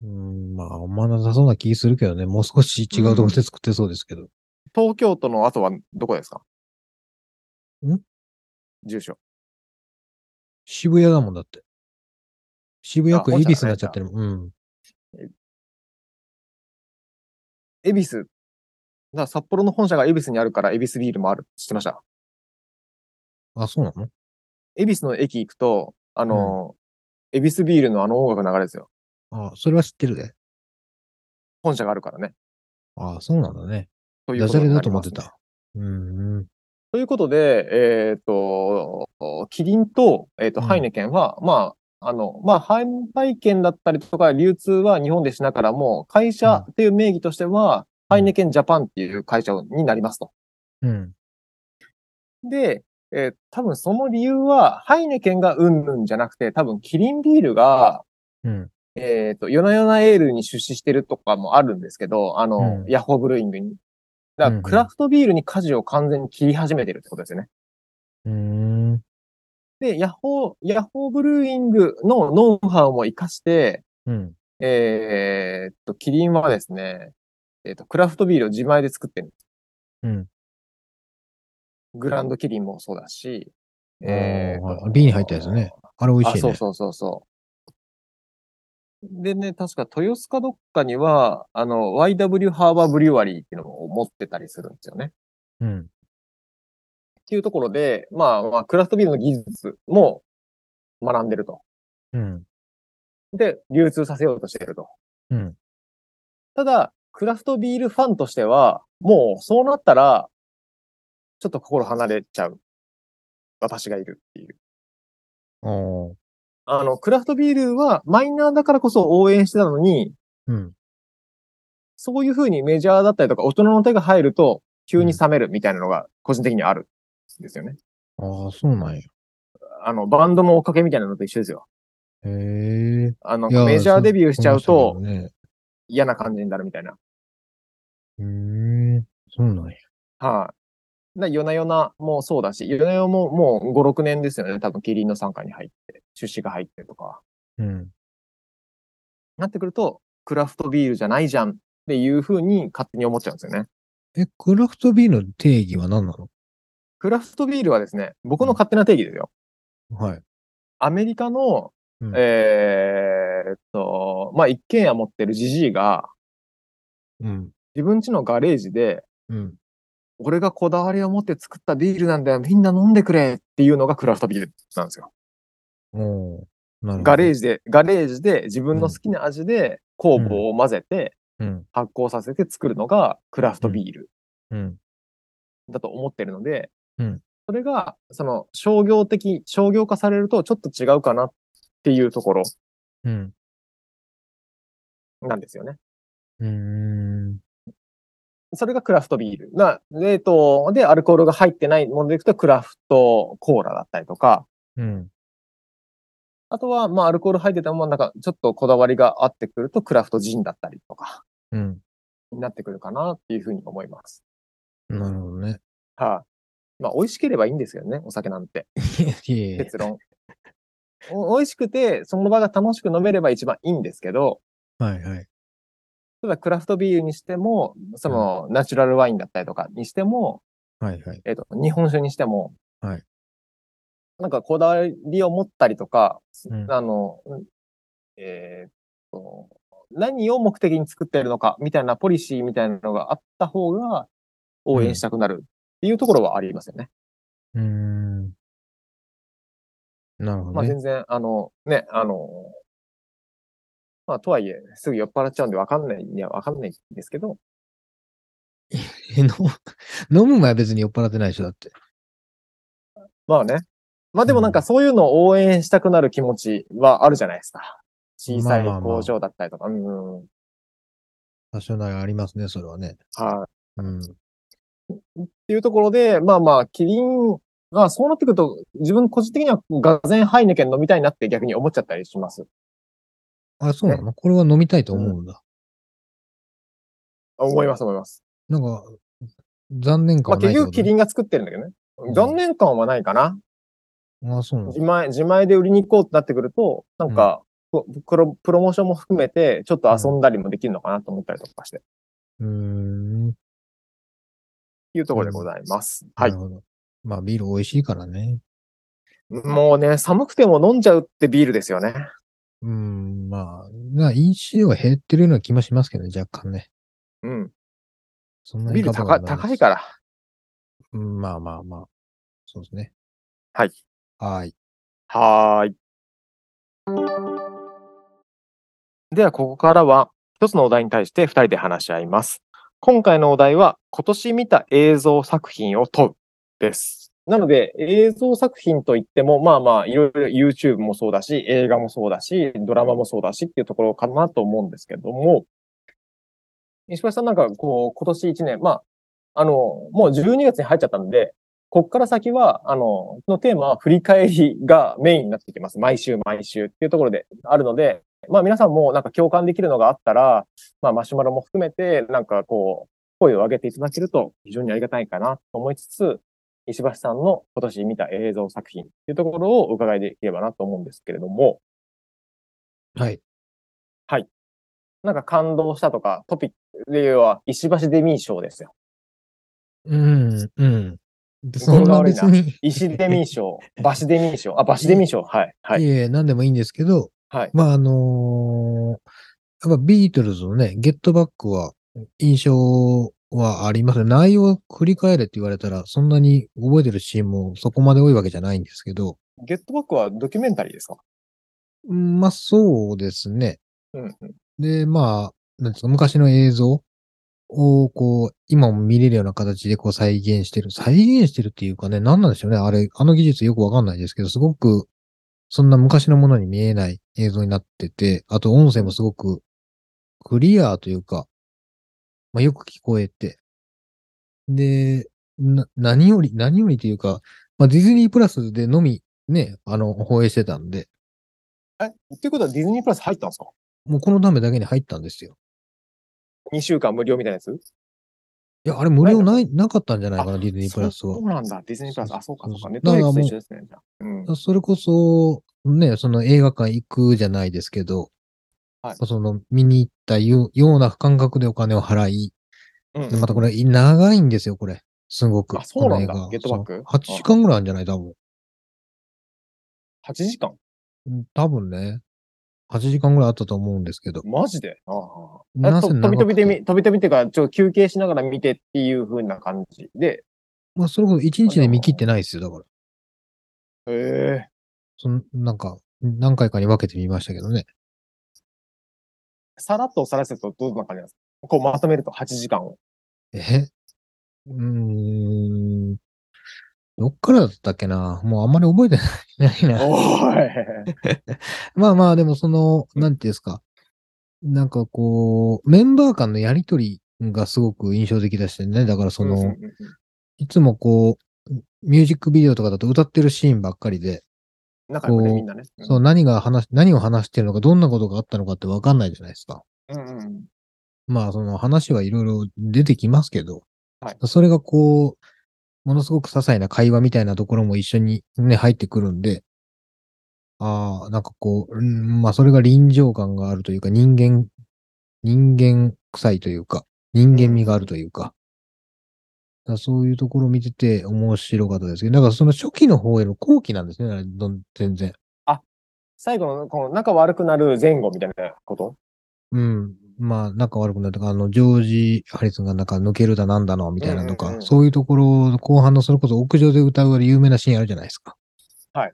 [SPEAKER 2] うーん、まあ、あんまなさそうな気するけどね。もう少し違うところで作ってそうですけど。
[SPEAKER 3] 東京都の後はどこですか
[SPEAKER 2] ん
[SPEAKER 3] 住所。
[SPEAKER 2] 渋谷だもんだって。渋谷区
[SPEAKER 3] あ
[SPEAKER 2] 恵比寿になっちゃってるもん。うん。
[SPEAKER 3] 恵比寿。だから札幌の本社が恵比寿にあるから、恵比寿ビールもある。知ってました
[SPEAKER 2] あ、そうなの
[SPEAKER 3] 恵比寿の駅行くと、あの、恵比寿ビールのあの音楽流れですよ。
[SPEAKER 2] あ、それは知ってるで。
[SPEAKER 3] 本社があるからね。
[SPEAKER 2] あ、そうなんだね。
[SPEAKER 3] という
[SPEAKER 2] ダ
[SPEAKER 3] こと
[SPEAKER 2] ジャレ
[SPEAKER 3] にな
[SPEAKER 2] だ
[SPEAKER 3] り
[SPEAKER 2] と思
[SPEAKER 3] ま
[SPEAKER 2] っ
[SPEAKER 3] す
[SPEAKER 2] て
[SPEAKER 3] ね
[SPEAKER 2] た。うーん。
[SPEAKER 3] ということで、えっ、と、キリンと、えっ、と、
[SPEAKER 2] うん
[SPEAKER 3] ハイネケンは、まあ、あの、まあ、販売権だったりとか、流通は日本でしながらも、会社っていう名義としては、ハイネケンジャパンっていう会社になりますと。
[SPEAKER 2] うん。
[SPEAKER 3] で、えー多分その理由は、ハイネケンがうんぬんじゃなくて、多分キリンビールが、
[SPEAKER 2] うん。
[SPEAKER 3] えっ、と、夜な夜なエールに出資してるとかもあるんですけど、あの、
[SPEAKER 2] うん
[SPEAKER 3] ヤッホーブルーイングに。だ
[SPEAKER 2] うん
[SPEAKER 3] から、
[SPEAKER 2] うん
[SPEAKER 3] クラフトビールに舵を完全に切り始めてるってことですよね。
[SPEAKER 2] うーん。
[SPEAKER 3] で、ヤッホー、ヤッホーブルーイングのノウハウも活かして、
[SPEAKER 2] うん。
[SPEAKER 3] えーっと、キリンはですね、えーっと、クラフトビールを自前で作ってる。
[SPEAKER 2] うん。
[SPEAKER 3] グランドキリンもそうだし、
[SPEAKER 2] あーはい瓶に入ったやつね。あれ美味しい
[SPEAKER 3] あ、
[SPEAKER 2] ね。
[SPEAKER 3] そうそうそうそう。でね、確か豊洲かどっかには、あの、YW ハーバーブリュワリーっていうのを持ってたりするんですよね。
[SPEAKER 2] うん。
[SPEAKER 3] っていうところで、まあ、まあ、クラフトビールの技術も学んでると。
[SPEAKER 2] うん。
[SPEAKER 3] で、流通させようとしていると。
[SPEAKER 2] うん。
[SPEAKER 3] ただ、クラフトビールファンとしては、もうそうなったら、ちょっと心離れちゃう。私がいるっていう。
[SPEAKER 2] おー
[SPEAKER 3] あの、クラフトビールはマイナーだからこそ応援してたのに、
[SPEAKER 2] うん。
[SPEAKER 3] そういうふうにメジャーだったりとか、大人の手が入ると、急に冷めるみたいなのが、個人的にはあるんですよね。
[SPEAKER 2] ああ、そうなんや。
[SPEAKER 3] あの、バンドの追っかけみたいなのと一緒ですよ。
[SPEAKER 2] へえ。
[SPEAKER 3] あの、
[SPEAKER 2] いや
[SPEAKER 3] メジャーデビューしちゃう
[SPEAKER 2] そ
[SPEAKER 3] と
[SPEAKER 2] うなんやね
[SPEAKER 3] 嫌な感じになるみたいな。
[SPEAKER 2] うーん。そうなんや。
[SPEAKER 3] はい、な、夜な夜なもそうだし、夜な夜ももう5、6年ですよね。多分、キリンの傘下に入って、出資が入ってとか。
[SPEAKER 2] うん。
[SPEAKER 3] なってくると、クラフトビールじゃないじゃんっていうふうに勝手に思っちゃうんですよね。
[SPEAKER 2] え、クラフトビールの定義は何なの
[SPEAKER 3] クラフトビールはですね、僕の勝手な定義ですよ。
[SPEAKER 2] はい。
[SPEAKER 3] アメリカの、
[SPEAKER 2] うん
[SPEAKER 3] えーっと、まあ、一軒家持ってるジジイが、
[SPEAKER 2] うん。
[SPEAKER 3] 自分家のガレージで、
[SPEAKER 2] うん。
[SPEAKER 3] 俺がこだわりを持って作ったビールなんだよ、みんな飲んでくれっていうのがクラフトビールなんですよ。
[SPEAKER 2] おーなるほど。
[SPEAKER 3] ガレー
[SPEAKER 2] ジ。
[SPEAKER 3] ジで、ガレージで自分の好きな味で酵母を混ぜて
[SPEAKER 2] うん。
[SPEAKER 3] 発酵させて作るのがクラフトビール
[SPEAKER 2] うん。
[SPEAKER 3] だと思ってるので、
[SPEAKER 2] うん
[SPEAKER 3] それが、その商業的、商業化されるとちょっと違うかなっていうところ
[SPEAKER 2] うん。
[SPEAKER 3] なんですよね。
[SPEAKER 2] うーん。
[SPEAKER 3] それがクラフトビール。な、冷凍でアルコールが入ってないものでいくと、クラフトコーラだったりとか、
[SPEAKER 2] うん。
[SPEAKER 3] あとは、まあ、アルコール入ってたものなんか、ちょっとこだわりがあってくると、クラフトジンだったりとか、
[SPEAKER 2] うん。
[SPEAKER 3] になってくるかなっていうふうに思います。
[SPEAKER 2] なるほどね。
[SPEAKER 3] はい、まあ、美味しければいいんですけどね、お酒なんて。
[SPEAKER 2] いやいやいや
[SPEAKER 3] 結論。お美味しくて、その場が楽しく飲めれば一番いいんですけど、
[SPEAKER 2] はいはい。
[SPEAKER 3] ただ、クラフトビールにしても、その、ナチュラルワインだったりとかにしても、
[SPEAKER 2] はいはい。
[SPEAKER 3] えっ、と、日本酒にしても、
[SPEAKER 2] はい。
[SPEAKER 3] なんかこだわりを持ったりとか、
[SPEAKER 2] うん
[SPEAKER 3] あの、うんえーっと、何を目的に作ってるのかみたいなポリシーみたいなのがあった方が応援したくなるっていうところはありますよね。
[SPEAKER 2] うーん。なる
[SPEAKER 3] ま
[SPEAKER 2] ほど
[SPEAKER 3] あ
[SPEAKER 2] ね。
[SPEAKER 3] 全然、あの、ね、あの、まあとはいえ、すぐ酔っ払っちゃうんでわかんないにはわかんないんですけど、
[SPEAKER 2] えの 飲む前は別に酔っ払ってないでしょ、だって。
[SPEAKER 3] まあね。まあでもなんかそういうのを応援したくなる気持ちはあるじゃないですか。小さい
[SPEAKER 2] まあまあまあ
[SPEAKER 3] 工場だったりとか。うんうんうん。
[SPEAKER 2] 多少なりありますね、それはね。
[SPEAKER 3] はい。っ
[SPEAKER 2] うん。
[SPEAKER 3] ていうところで、まあまあ、キリンがそうなってくると、自分個人的にはガゼンハイネケン飲みたいなって逆に思っちゃったりします。
[SPEAKER 2] あ、そうなのこれは飲みたいと思うんだ。
[SPEAKER 3] あ思います、思います。
[SPEAKER 2] なんか、残念
[SPEAKER 3] ま
[SPEAKER 2] 感
[SPEAKER 3] あ
[SPEAKER 2] はな
[SPEAKER 3] 結
[SPEAKER 2] いって
[SPEAKER 3] 局
[SPEAKER 2] こと
[SPEAKER 3] キ
[SPEAKER 2] ね、
[SPEAKER 3] リンが作ってるんだけどね。
[SPEAKER 2] ん
[SPEAKER 3] 残念感はないかな。
[SPEAKER 2] あ、そうなんだ
[SPEAKER 3] 自前、自前で売りに行こうってなってくると、なんか、こプロプロモーションも含めて、ちょっと遊んだりもできるのかなと思ったりとかして、っ
[SPEAKER 2] うーん。
[SPEAKER 3] ていうところでございます。は
[SPEAKER 2] ないる。ほど。まあ、ビール美味しいからね。
[SPEAKER 3] もうね、寒くても飲んじゃうってビールですよね。
[SPEAKER 2] うん、まあ、な飲酒量は減ってるような気もしますけどね、若干ね。
[SPEAKER 3] うん。
[SPEAKER 2] そんな
[SPEAKER 3] ビール
[SPEAKER 2] 言い方
[SPEAKER 3] 高
[SPEAKER 2] もない
[SPEAKER 3] 高いから。
[SPEAKER 2] うん、まあまあまあ。そうですね。
[SPEAKER 3] はい。
[SPEAKER 2] はい。
[SPEAKER 3] はーい。では、ここからは、一つのお題に対して二人で話し合います。今回のお題は、今年見た映像作品を問うです。なので、映像作品といっても、まあまあ、いろいろ YouTube もそうだし、映画もそうだし、ドラマもそうだしっていうところかなと思うんですけども、石橋さんなんか、こう、今年一年、まあ、あの、もう12月に入っちゃったんで、こっから先は、あの、のテーマは振り返りがメインになってきます。毎週毎週っていうところであるので、まあ皆さんもなんか共感できるのがあったら、まあマシュマロも含めて、なんかこう、声を上げていただけると非常にありがたいかなと思いつつ、石橋さんの今年見た映像作品っていうところをお伺いできればなと思うんですけれども、
[SPEAKER 2] はい。
[SPEAKER 3] なんか感動したとかトピックでは石橋デミー賞ですよ。
[SPEAKER 2] うん、うん。そんな別に、、
[SPEAKER 3] 石デミー 賞、バシデミー賞、あ、バシデミー賞、はい、はいい、
[SPEAKER 2] えいえ、何でもいいんですけど、
[SPEAKER 3] はい。
[SPEAKER 2] まあ、あのーやっぱビートルズのね、ゲットバックは、印象はありますね。内容を振り返れって言われたら、そんなに覚えてるシーンもそこまで多いわけじゃないんですけど、
[SPEAKER 3] ゲットバックはドキュメンタリーですか
[SPEAKER 2] うんまあ、そうですね。
[SPEAKER 3] うんうん。
[SPEAKER 2] で、まあ、なんですか、昔の映像を、こう、今も見れるような形で、こう、再現してる。再現してるっていうかね、何なんでしょうね。あれ、あの技術よくわかんないですけど、すごく、そんな昔のものに見えない映像になってて、あと音声もすごく、クリアというか、まあ、よく聞こえて。で、な、何より、何よりというか、まあ、ディズニープラスでのみ、ね、あの、放映してたんで、
[SPEAKER 3] え、っていうことはディズニープラス入ったんですか
[SPEAKER 2] もうこのためだけに入ったんですよ。
[SPEAKER 3] ?2 週間無料みたいなやつ
[SPEAKER 2] いや、あれ無料ない、なかったんじゃないかな、ディズニープラス
[SPEAKER 3] そ
[SPEAKER 2] は
[SPEAKER 3] う。なんだ、ディズニープラス。あ、そうか、そうか。ネ
[SPEAKER 2] そう
[SPEAKER 3] ット
[SPEAKER 2] そう
[SPEAKER 3] フ
[SPEAKER 2] だ
[SPEAKER 3] リッ
[SPEAKER 2] から
[SPEAKER 3] クス
[SPEAKER 2] も
[SPEAKER 3] と一緒です
[SPEAKER 2] う
[SPEAKER 3] ね。じゃあうん。
[SPEAKER 2] それこそ、ね、その映画館行くじゃないですけど、
[SPEAKER 3] はい
[SPEAKER 2] その見に行ったよような感覚でお金を払い、
[SPEAKER 3] うん
[SPEAKER 2] でまたこれ長いんですよ、これ。すごく。
[SPEAKER 3] あそうなんだ
[SPEAKER 2] この映画
[SPEAKER 3] ゲットバック
[SPEAKER 2] そう8時間ぐらいあるんじゃない多分。
[SPEAKER 3] 8時間
[SPEAKER 2] うん多分ね。8時間ぐらいあったと思うんですけど。
[SPEAKER 3] マジでああ。
[SPEAKER 2] な
[SPEAKER 3] あ
[SPEAKER 2] ぜ
[SPEAKER 3] と
[SPEAKER 2] 長
[SPEAKER 3] 飛び飛びで
[SPEAKER 2] く
[SPEAKER 3] み、飛び飛びっていうか、ちょっと休憩しながら見てっていう風な感じで。
[SPEAKER 2] まあ、それこそ1日で見切ってないですよ、だから。
[SPEAKER 3] へえ。
[SPEAKER 2] そのなんか、何回かに分けてみましたけどね。
[SPEAKER 3] さらっとおさらせるとどんな感じなんですかこうまとめると8時間を。
[SPEAKER 2] えうーん。どっからだったっけなもうあんまり覚えてないないな。
[SPEAKER 3] おい。
[SPEAKER 2] まあまあ、でもその、
[SPEAKER 3] うん
[SPEAKER 2] なんていうんですか。なんかこう、メンバー間のやりとりがすごく印象的でしたね。だからそ
[SPEAKER 3] うんうん
[SPEAKER 2] の、
[SPEAKER 3] うん
[SPEAKER 2] いつもこう、ミュージックビデオとかだと歌ってるシーンばっかりで、
[SPEAKER 3] 仲良くね、
[SPEAKER 2] こう
[SPEAKER 3] みんなね。うん
[SPEAKER 2] そう何が話、何を話してるのか、どんなことがあったのかってわかんないじゃないですか。
[SPEAKER 3] うんうん
[SPEAKER 2] まあ、その話はいろいろ出てきますけど、
[SPEAKER 3] はい
[SPEAKER 2] それがこう、ものすごく些細な会話みたいなところも一緒にね、入ってくるんで、ああ、なんかこう、うんまあ、それが臨場感があるというか、人間、人間臭いというか、人間味があるというか、だからそういうところを見てて面白かったですけど、だからその初期の方への後期なんですね、あれどん全然。
[SPEAKER 3] 最後の、この仲悪くなる前後みたいなこと
[SPEAKER 2] うん。まあ、仲悪くなったか、あの、ジョージ・ハリスンがなんか抜けるだなんだの、みたいなのと
[SPEAKER 3] うんうんう、
[SPEAKER 2] か
[SPEAKER 3] ん
[SPEAKER 2] そういうところ、後半のそれこそ屋上で歌う有名なシーンあるじゃないですか。
[SPEAKER 3] はい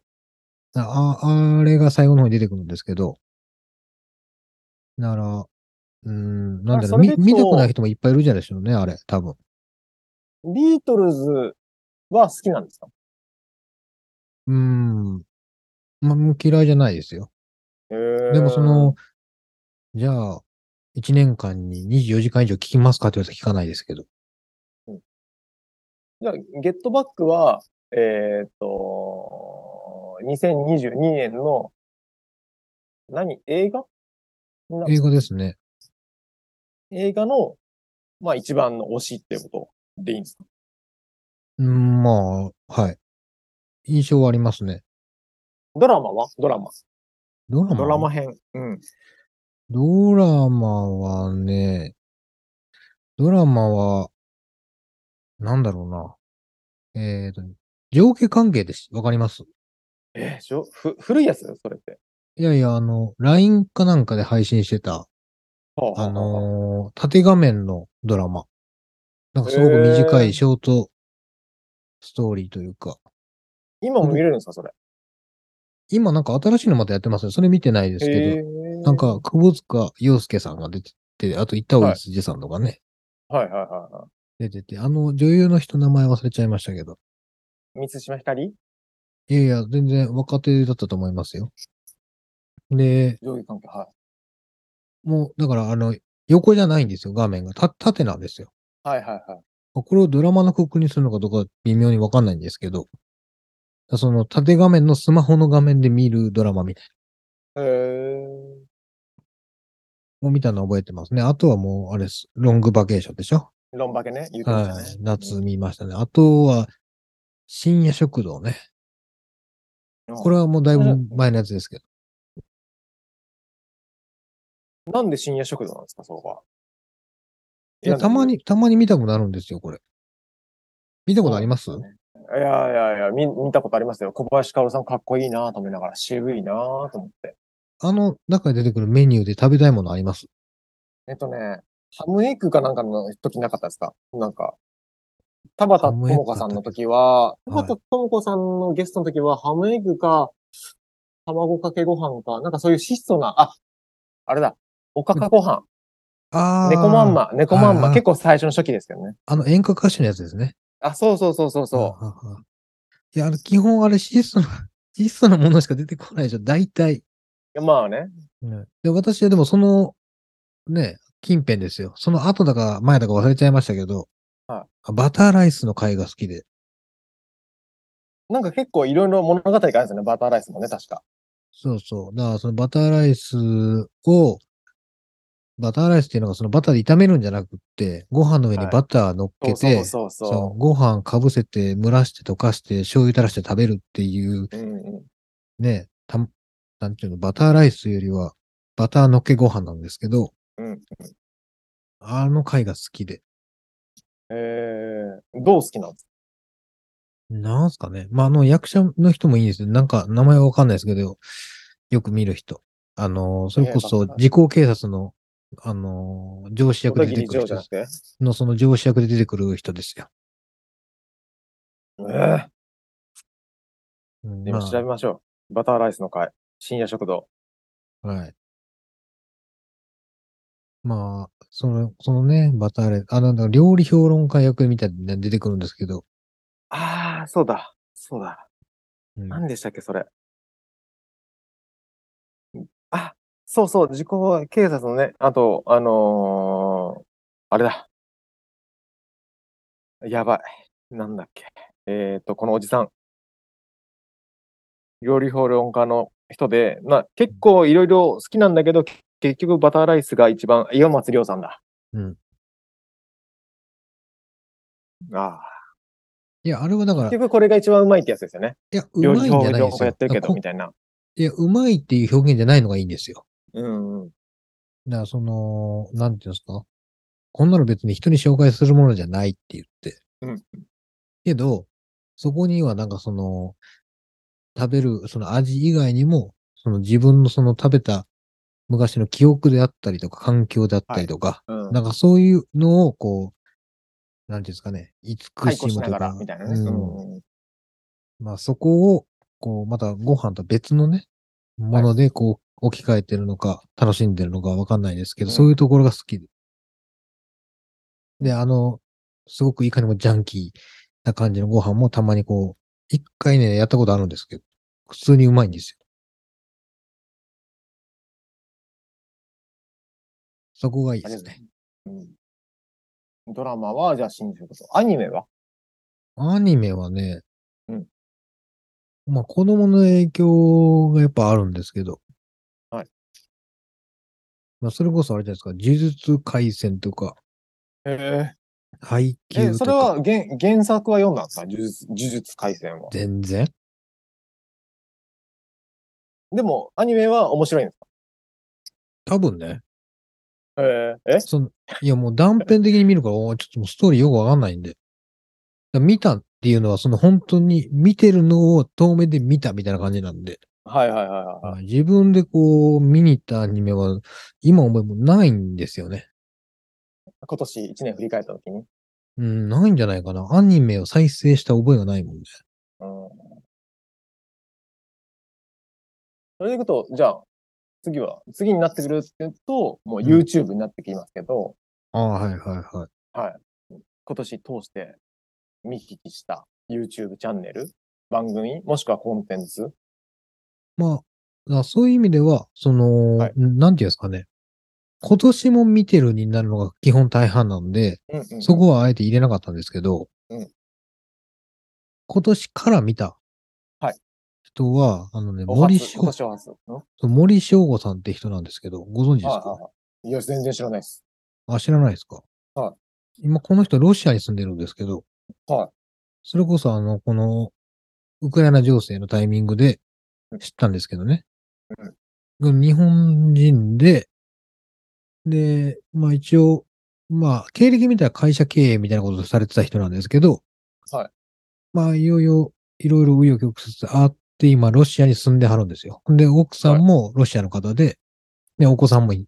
[SPEAKER 2] だ。あ、あれが最後の方に出てくるんですけど、なら、うん、なんだろう、
[SPEAKER 3] あそれ
[SPEAKER 2] み
[SPEAKER 3] でこう
[SPEAKER 2] 見たくない人もいっぱいいるじゃないでしょうね、あれ、多分。
[SPEAKER 3] ビートルズは好きなんですか
[SPEAKER 2] うん。まあ、もう嫌いじゃないですよ。で
[SPEAKER 3] で
[SPEAKER 2] もそ、の、じゃあ、1年間に24時間以上聞きますかって言われたら聞かないですけど。
[SPEAKER 3] じゃあ、ゲットバックは、えーっと、2022年の、何映画な
[SPEAKER 2] 映画ですね。
[SPEAKER 3] 映画の、まあ一番の推しっていうことでいいんですか
[SPEAKER 2] うん、まあ、はい。印象はありますね。
[SPEAKER 3] ドラマはドラマ。
[SPEAKER 2] ドラマ
[SPEAKER 3] ドラマ編。うん。
[SPEAKER 2] ドラマはね、ドラマは、なんだろうな。えっ、と、上下関係です。わかります
[SPEAKER 3] えー、しょふ古いやつそれって。
[SPEAKER 2] いやいや、あの、LINE かなんかで配信してた、
[SPEAKER 3] は
[SPEAKER 2] あ
[SPEAKER 3] ははは
[SPEAKER 2] のー縦画面のドラマ。なんかすごく短
[SPEAKER 3] へー
[SPEAKER 2] いショートストーリーというか、
[SPEAKER 3] 今も見れるんですかそれ。
[SPEAKER 2] 今なんか新しいのまたやってますね。それ見てないですけど、
[SPEAKER 3] えー
[SPEAKER 2] なん、か、窪塚洋介さんが出てて、あと、板尾一次さんとかね、
[SPEAKER 3] はいはいはいは
[SPEAKER 2] 出てて、あの、女優の人名前忘れちゃいましたけど。
[SPEAKER 3] い。三島ひかり
[SPEAKER 2] いやいや、全然若手だったと思いますよ。で、
[SPEAKER 3] 上下関係。はい。
[SPEAKER 2] もう、だから、あの、横じゃないんですよ、画面が。た、縦なんですよ。
[SPEAKER 3] はいはいはい。
[SPEAKER 2] これをドラマのクックにするのかどうか微妙にわかんないんですけど、その縦画面のスマホの画面で見るドラマみたい
[SPEAKER 3] えー、
[SPEAKER 2] な、もう見たの覚えてますね。あとはもう、あれです。ロングバケーションでしょ
[SPEAKER 3] ロンバケね。言ってました
[SPEAKER 2] は
[SPEAKER 3] ね
[SPEAKER 2] い。。夏見ましたね。あとは、深夜食堂ね。
[SPEAKER 3] うん
[SPEAKER 2] これはもうだいぶ前のやつですけど。
[SPEAKER 3] なんで深夜食堂なんですか、そこは。
[SPEAKER 2] いや、たま。に、たまに見たくなるんですよ、これ。見たことあります
[SPEAKER 3] そうでいやいやいや、見、見たことありますよ。小林薫さんかっこいいなと思いながら、渋いなと思って。
[SPEAKER 2] あの中に出てくるメニューで食べたいものあります
[SPEAKER 3] えっとね、ハムエッグかなんかの時なかったですかなんか、田畑智子さんの時は、田
[SPEAKER 2] ハムエッグだったっけ
[SPEAKER 3] 畑智子さんのゲストの時は、ハムエッグか、卵かけご飯か、なんかそういう質素な、あ、あれだ、おかかご飯、
[SPEAKER 2] ああ。
[SPEAKER 3] 猫まん。ま、猫まん
[SPEAKER 2] あ
[SPEAKER 3] ま、
[SPEAKER 2] ー
[SPEAKER 3] 結構最初の初期ですけどね。
[SPEAKER 2] あの、演歌歌手のやつですね。
[SPEAKER 3] あ、そうそうそうそうそう。
[SPEAKER 2] う。いや、あの、基本あれ質素な、質素なものしか出てこないでしょ。大体。
[SPEAKER 3] いやまあね。
[SPEAKER 2] ね、で私はでもその、ね、近辺ですよ。その後だか前だか忘れちゃいましたけど、
[SPEAKER 3] は
[SPEAKER 2] バターライスの回が好きで。
[SPEAKER 3] なんか結構いろいろ物語があるんですよね。バターライスもね、確か。
[SPEAKER 2] そうそう。だからそのバターライスを、バターライスっていうのがそのバターで炒めるんじゃなくって、ご飯の上に
[SPEAKER 3] はい
[SPEAKER 2] バター乗っ
[SPEAKER 3] そ
[SPEAKER 2] け
[SPEAKER 3] う
[SPEAKER 2] て、
[SPEAKER 3] そうそうそ
[SPEAKER 2] そうご飯かぶせて、蒸らして、溶かして、醤油垂らして食べるっていう、
[SPEAKER 3] う。うんうん。
[SPEAKER 2] ね、た、なんていうの、バターライスよりは、バターのっけご飯なんですけど、
[SPEAKER 3] うん。
[SPEAKER 2] あの回が好きで。
[SPEAKER 3] えー、どう好きなんです
[SPEAKER 2] なんすかね。まあ、あの、役者の人もいいですね。なんか、名前はわかんないですけど、よく見る人。あの、それこ
[SPEAKER 3] え
[SPEAKER 2] そ
[SPEAKER 3] え、わ
[SPEAKER 2] 自公警察の、あの、上司
[SPEAKER 3] か
[SPEAKER 2] 役
[SPEAKER 3] 小田切
[SPEAKER 2] で出てく
[SPEAKER 3] 城
[SPEAKER 2] る人
[SPEAKER 3] じゃなくて。
[SPEAKER 2] の、その上司役で出てくる人ですよ。
[SPEAKER 3] えー、
[SPEAKER 2] うん
[SPEAKER 3] 今調べましょう。バターライスの会。深夜食堂。
[SPEAKER 2] まあ、はい。まあ、その、そのね、バターレ、あ、なんだ、料理評論家役みたいなの出てくるんですけど、
[SPEAKER 3] あー、そうだ。そうだ。
[SPEAKER 2] うん
[SPEAKER 3] 何でしたっけ、それ。あ、そうそう、自己警察のね、あと、あのーあれだ。やばい。なんだっけ。えっ、と、このおじさん。料理評論家の人で、な結構いろいろ好きなんだけど、け結局バターライスが一番、岩松亮さんだ。
[SPEAKER 2] うん。
[SPEAKER 3] ああ。
[SPEAKER 2] いや、あれはだから、
[SPEAKER 3] 結
[SPEAKER 2] い
[SPEAKER 3] 局これが一番うまいってやつですよね。
[SPEAKER 2] や、う
[SPEAKER 3] 料
[SPEAKER 2] ま
[SPEAKER 3] 理
[SPEAKER 2] いん
[SPEAKER 3] 評
[SPEAKER 2] じゃない
[SPEAKER 3] 論
[SPEAKER 2] です
[SPEAKER 3] 家
[SPEAKER 2] よ。
[SPEAKER 3] やってるけど、
[SPEAKER 2] だから
[SPEAKER 3] みたいな。
[SPEAKER 2] こいや、うまいっていう表現じゃないのがいいんですよ。
[SPEAKER 3] うんうん。
[SPEAKER 2] だからその、なんていうんですか。こんなの別に人に紹介するものじゃないって言って。
[SPEAKER 3] うん。
[SPEAKER 2] けど、そこにはなんかその、食べる、その味以外にも、その自分のその食べた昔の記憶であったりとか、環境であったりとか、
[SPEAKER 3] うん
[SPEAKER 2] なんかそういうのをこう、なんていうんですかね、慈
[SPEAKER 3] 解
[SPEAKER 2] し
[SPEAKER 3] 雇
[SPEAKER 2] む
[SPEAKER 3] しな
[SPEAKER 2] と
[SPEAKER 3] がら
[SPEAKER 2] か、
[SPEAKER 3] みたいなね。
[SPEAKER 2] うん
[SPEAKER 3] うん
[SPEAKER 2] まあそこを、こう、またご飯と別のね、ものでこう、置き換えてるのか、楽しんでるのかわかんないですけど、
[SPEAKER 3] うん
[SPEAKER 2] そういうところが好きで。で、あの、すごくいかにもジャンキーな感じのご飯もたまにこう、一回ね、やったことあるんですけど、普通にうまいんですよ。そこがいいですね。
[SPEAKER 3] うんドラマは、じゃあ、新宿と。アニメは
[SPEAKER 2] アニメはね、
[SPEAKER 3] うん
[SPEAKER 2] まあ子供の影響がやっぱあるんですけど。
[SPEAKER 3] はい。
[SPEAKER 2] まあそれこそあれじゃないですか、呪術回戦とか、
[SPEAKER 3] え、
[SPEAKER 2] 配給とか。
[SPEAKER 3] それは原、原作は読んだんですか呪術、呪術回戦は。
[SPEAKER 2] 全然。
[SPEAKER 3] でも、アニメは面白いんです
[SPEAKER 2] 多分ね。
[SPEAKER 3] かええ。え
[SPEAKER 2] その、いやもう断片的に見るから、おーちょっともうストーリーよくわかんないんで。だから見たっていうのは、その本当に見てるのを遠目で見たみたいな感じなんで。
[SPEAKER 3] はいはいはいはいはい。
[SPEAKER 2] 自分でこう見に行ったアニメは、今思えばないんですよね。
[SPEAKER 3] 今年1年振り返ったときに。
[SPEAKER 2] うん、ないんじゃないかな。アニメを再生した覚えがないもんね。
[SPEAKER 3] うん。それでいくと、じゃあ、次は、次になってくるっていうと、もう YouTube になってきますけど、
[SPEAKER 2] ああ、はいはいはい。
[SPEAKER 3] 今年通して見聞きした YouTube チャンネル、番組、もしくはコンテンツ。
[SPEAKER 2] まあ、だからそういう意味では、その、
[SPEAKER 3] はい
[SPEAKER 2] なんていうんですかね。今年も見てるになるのが基本大半なんで、
[SPEAKER 3] うんうんうん
[SPEAKER 2] そこはあえて入れなかったんですけど、
[SPEAKER 3] うん
[SPEAKER 2] 今年から見た
[SPEAKER 3] はい
[SPEAKER 2] 人は、あのね、
[SPEAKER 3] お
[SPEAKER 2] 森
[SPEAKER 3] 初
[SPEAKER 2] 翔
[SPEAKER 3] 今年は初。うん
[SPEAKER 2] 森翔吾さんって人なんですけど、ご存知です
[SPEAKER 3] はい
[SPEAKER 2] か
[SPEAKER 3] はいはい。いや、全然知らないです。
[SPEAKER 2] あ、知らないですか
[SPEAKER 3] はい
[SPEAKER 2] 今この人ロシアに住んでるんですけど、
[SPEAKER 3] はい。
[SPEAKER 2] それこそあの、この、ウクライナ情勢のタイミングで知ったんですけどね。日本人で、で、まあ一応、まあ、経歴みたいな会社経営みたいなことをされてた人なんですけど、
[SPEAKER 3] はい。
[SPEAKER 2] まあ、いよいよ、いろいろ紆余曲折あって、今、ロシアに住んではるんですよ。で、奥さんもロシアの方で、で、お子さんもい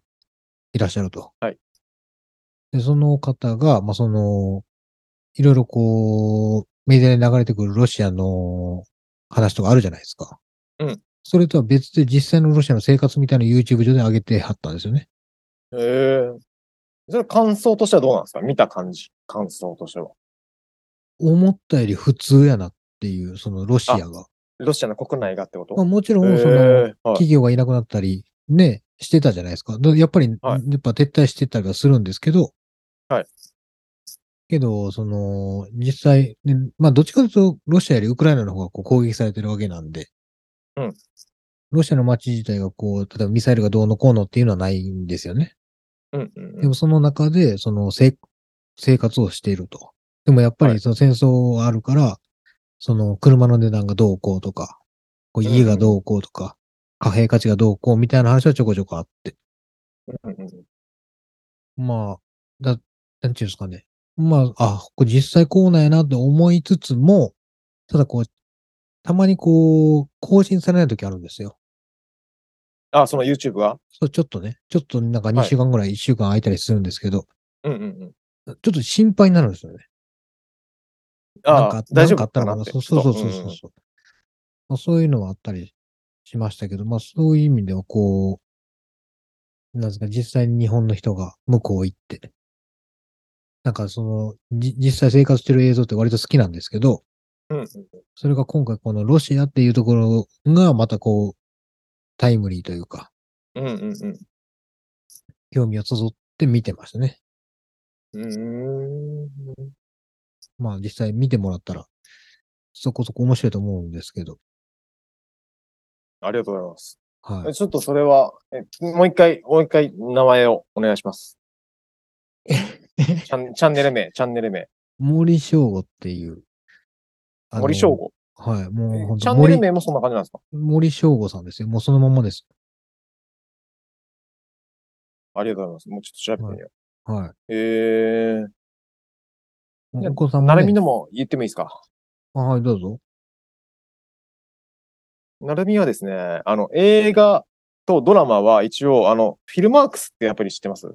[SPEAKER 2] いらっしゃると。
[SPEAKER 3] はい。
[SPEAKER 2] で、その方が、まあ、その、いろいろこう、メディアで流れてくるロシアの話とかあるじゃないですか。
[SPEAKER 3] うん。
[SPEAKER 2] それとは別で実際のロシアの生活みたいなのを YouTube 上で上げてはったんですよね。
[SPEAKER 3] へえ。それ感想としてはどうなんですか見た感じ。感想としては。
[SPEAKER 2] 思ったより普通やなっていう、そのロシアが。
[SPEAKER 3] ロシアの国内がってこと
[SPEAKER 2] まあ、もちろ
[SPEAKER 3] へ
[SPEAKER 2] ん、
[SPEAKER 3] え
[SPEAKER 2] その、
[SPEAKER 3] はい
[SPEAKER 2] 企業がいなくなったり、ね、してたじゃないですか。だやっぱり、
[SPEAKER 3] はい
[SPEAKER 2] やっぱ撤退してたりはするんですけど、
[SPEAKER 3] はい。
[SPEAKER 2] けど、その、実際、ね、まあ、どっちかというと、ロシアよりウクライナの方がこう攻撃されてるわけなんで、
[SPEAKER 3] うん。
[SPEAKER 2] ロシアの街自体がこう、例えばミサイルがどうのこうのっていうのはないんですよね。
[SPEAKER 3] うんうんうん
[SPEAKER 2] でもその中で、その生、生活をしていると。でもやっぱ
[SPEAKER 3] は
[SPEAKER 2] り
[SPEAKER 3] い
[SPEAKER 2] その戦争があるから、その車の値段がどうこうとか、こう家がどうこうとか、貨幣価値がどうこうみたいな話はちょこちょこあって。
[SPEAKER 3] うんうんうん
[SPEAKER 2] まあ、だ、なんていうんですかね。まあ、あ、これ実際こうなんやなって思いつつも、ただこう、たまにこう、更新されない時あるんですよ。
[SPEAKER 3] あ、その YouTube が
[SPEAKER 2] そう、ちょっとね、ちょっとなんか2
[SPEAKER 3] はい
[SPEAKER 2] 週間ぐらい、1週間空いたりするんですけど、
[SPEAKER 3] うんうんうん。
[SPEAKER 2] ちょっと心配になるんですよね。なん
[SPEAKER 3] あ
[SPEAKER 2] か、
[SPEAKER 3] 大丈
[SPEAKER 2] なんかあ
[SPEAKER 3] 夫
[SPEAKER 2] った
[SPEAKER 3] か
[SPEAKER 2] の
[SPEAKER 3] な
[SPEAKER 2] か
[SPEAKER 3] って。
[SPEAKER 2] なそうそうそうそう
[SPEAKER 3] ち
[SPEAKER 2] そ
[SPEAKER 3] ょ
[SPEAKER 2] う
[SPEAKER 3] っと
[SPEAKER 2] そう、まあ。そういうのはあったりしましたけど、まあそういう意味ではこう、なんですか、実際に日本の人が向こう行って、なんかその、じ実際生活してる映像って割と好きなんですけど、
[SPEAKER 3] うんうんうんうん
[SPEAKER 2] それが今回このロシアっていうところがまたこう、タイムリーというか、
[SPEAKER 3] うんうん
[SPEAKER 2] 興味をそそって見てましたね。
[SPEAKER 3] うん。うーん。
[SPEAKER 2] まあ実際見てもらったら、そこそこ面白いと思うんですけど、
[SPEAKER 3] ありがとうございます。
[SPEAKER 2] は
[SPEAKER 3] え
[SPEAKER 2] い。
[SPEAKER 3] ちょっとそれは、えもう一回、もう一回名前をお願いします。チャンチャンネル名、チャンネル名。
[SPEAKER 2] 森翔吾っていう、あの
[SPEAKER 3] 森翔吾。
[SPEAKER 2] はい、もう
[SPEAKER 3] え
[SPEAKER 2] 本
[SPEAKER 3] チャン
[SPEAKER 2] 当
[SPEAKER 3] ネル
[SPEAKER 2] 森、
[SPEAKER 3] 名もそんな感じなんですか
[SPEAKER 2] 森翔吾さんですよ。もうそのまんまです。
[SPEAKER 3] ありがとうございます。もうちょっと調べてみよ
[SPEAKER 2] は
[SPEAKER 3] う。えー。
[SPEAKER 2] い。
[SPEAKER 3] いや
[SPEAKER 2] お子さんも、
[SPEAKER 3] な
[SPEAKER 2] ね。
[SPEAKER 3] るみのも言ってもいいですか
[SPEAKER 2] あはい、どうぞ。
[SPEAKER 3] なるみはですね、あの、映画とドラマは一応、あの、フィルマークスってアプリ知ってますフ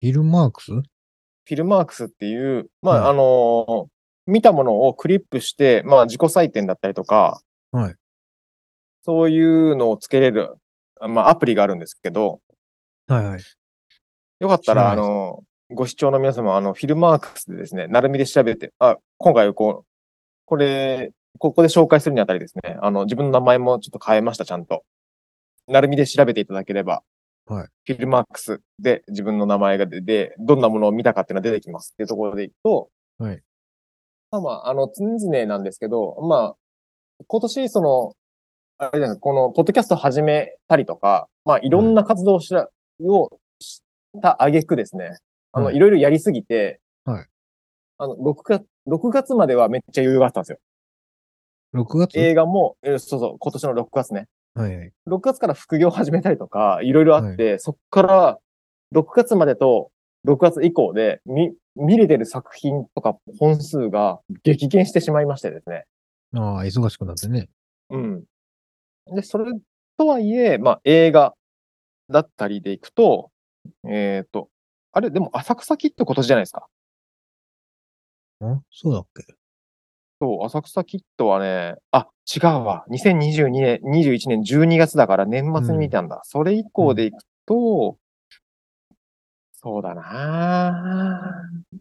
[SPEAKER 2] フィルマークス
[SPEAKER 3] ィルマークスっていう、まあ、
[SPEAKER 2] はい
[SPEAKER 3] あの見たものをクリップして、まあ、自己採点だったりとか、
[SPEAKER 2] はい
[SPEAKER 3] そういうのをつけれる、まあ、アプリがあるんですけど、
[SPEAKER 2] はいはい。
[SPEAKER 3] よかった
[SPEAKER 2] 知
[SPEAKER 3] ら、
[SPEAKER 2] らな
[SPEAKER 3] あ
[SPEAKER 2] いです
[SPEAKER 3] の、ご視聴の皆様、あの、フィルマークスでですね、なるみで調べて、あ、今回こう、これ、ここで紹介するにあたりですね、あの、自分の名前もちょっと変えました、ちゃんと。なるみで調べていただければ、
[SPEAKER 2] はい
[SPEAKER 3] フィルマークスで自分の名前が出て、どんなものを見たかっていうのが出てきますっていうところでいくと、
[SPEAKER 2] はい
[SPEAKER 3] まあまあ、あの、常々なんですけど、まあ、今年、その、あれじゃないこの、ポッドキャスト始めたりとか、まあ、いろんな活動をしら、をした挙句ですね。あの、
[SPEAKER 2] はい
[SPEAKER 3] いろいろやりすぎて、
[SPEAKER 2] はい
[SPEAKER 3] あの、6月、6月まではめっちゃ余裕があったんですよ。
[SPEAKER 2] 6月、
[SPEAKER 3] 映画も、えーそうそう、今年の6月ね。
[SPEAKER 2] はいはい。
[SPEAKER 3] 6月から副業始めたりとか、いろいろあって、そっから、6月までと、6月以降で、見、見れてる作品とか本数が激減してしまいましてですね。
[SPEAKER 2] ああ、忙しくなってね。
[SPEAKER 3] うん。で、それとはいえ、まあ、映画だったりでいくと、えっ、と、あれ、でも、浅草キッド今年じゃないですか。
[SPEAKER 2] んそうだっけ
[SPEAKER 3] そう、浅草キッドはね、あ、違うわ。2022年、21年12月だから年末に見たんだ。それ以降でいくと、そうだなぁ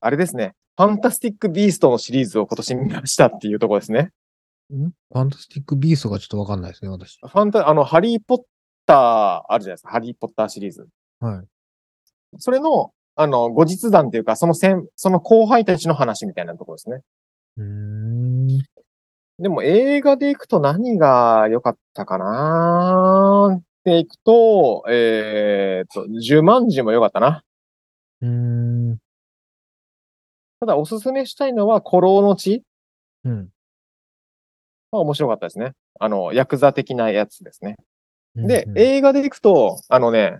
[SPEAKER 3] あれですね。ファンタスティック・ビーストのシリーズを今年見ましたっていうところですね。
[SPEAKER 2] んファンタスティックビーストがちょっとわかんないですね、私。
[SPEAKER 3] ファンタ、あの、ハリー・ポッターあるじゃないですか。ハリー・ポッターシリーズ。
[SPEAKER 2] はい。
[SPEAKER 3] それの、あの、後日談というか、その先、その後輩たちの話みたいなところですね。
[SPEAKER 2] うーん。
[SPEAKER 3] でも映画で行くと何が良かったかなーって行くと、えー、と、ジュマンジも良かったな。
[SPEAKER 2] うーん。
[SPEAKER 3] ただおすすめしたいのは、古老の地
[SPEAKER 2] うん。
[SPEAKER 3] は面白かったですね。あの、ヤクザ的なやつですね。で
[SPEAKER 2] う、ん、
[SPEAKER 3] 映画で行くと、あのね、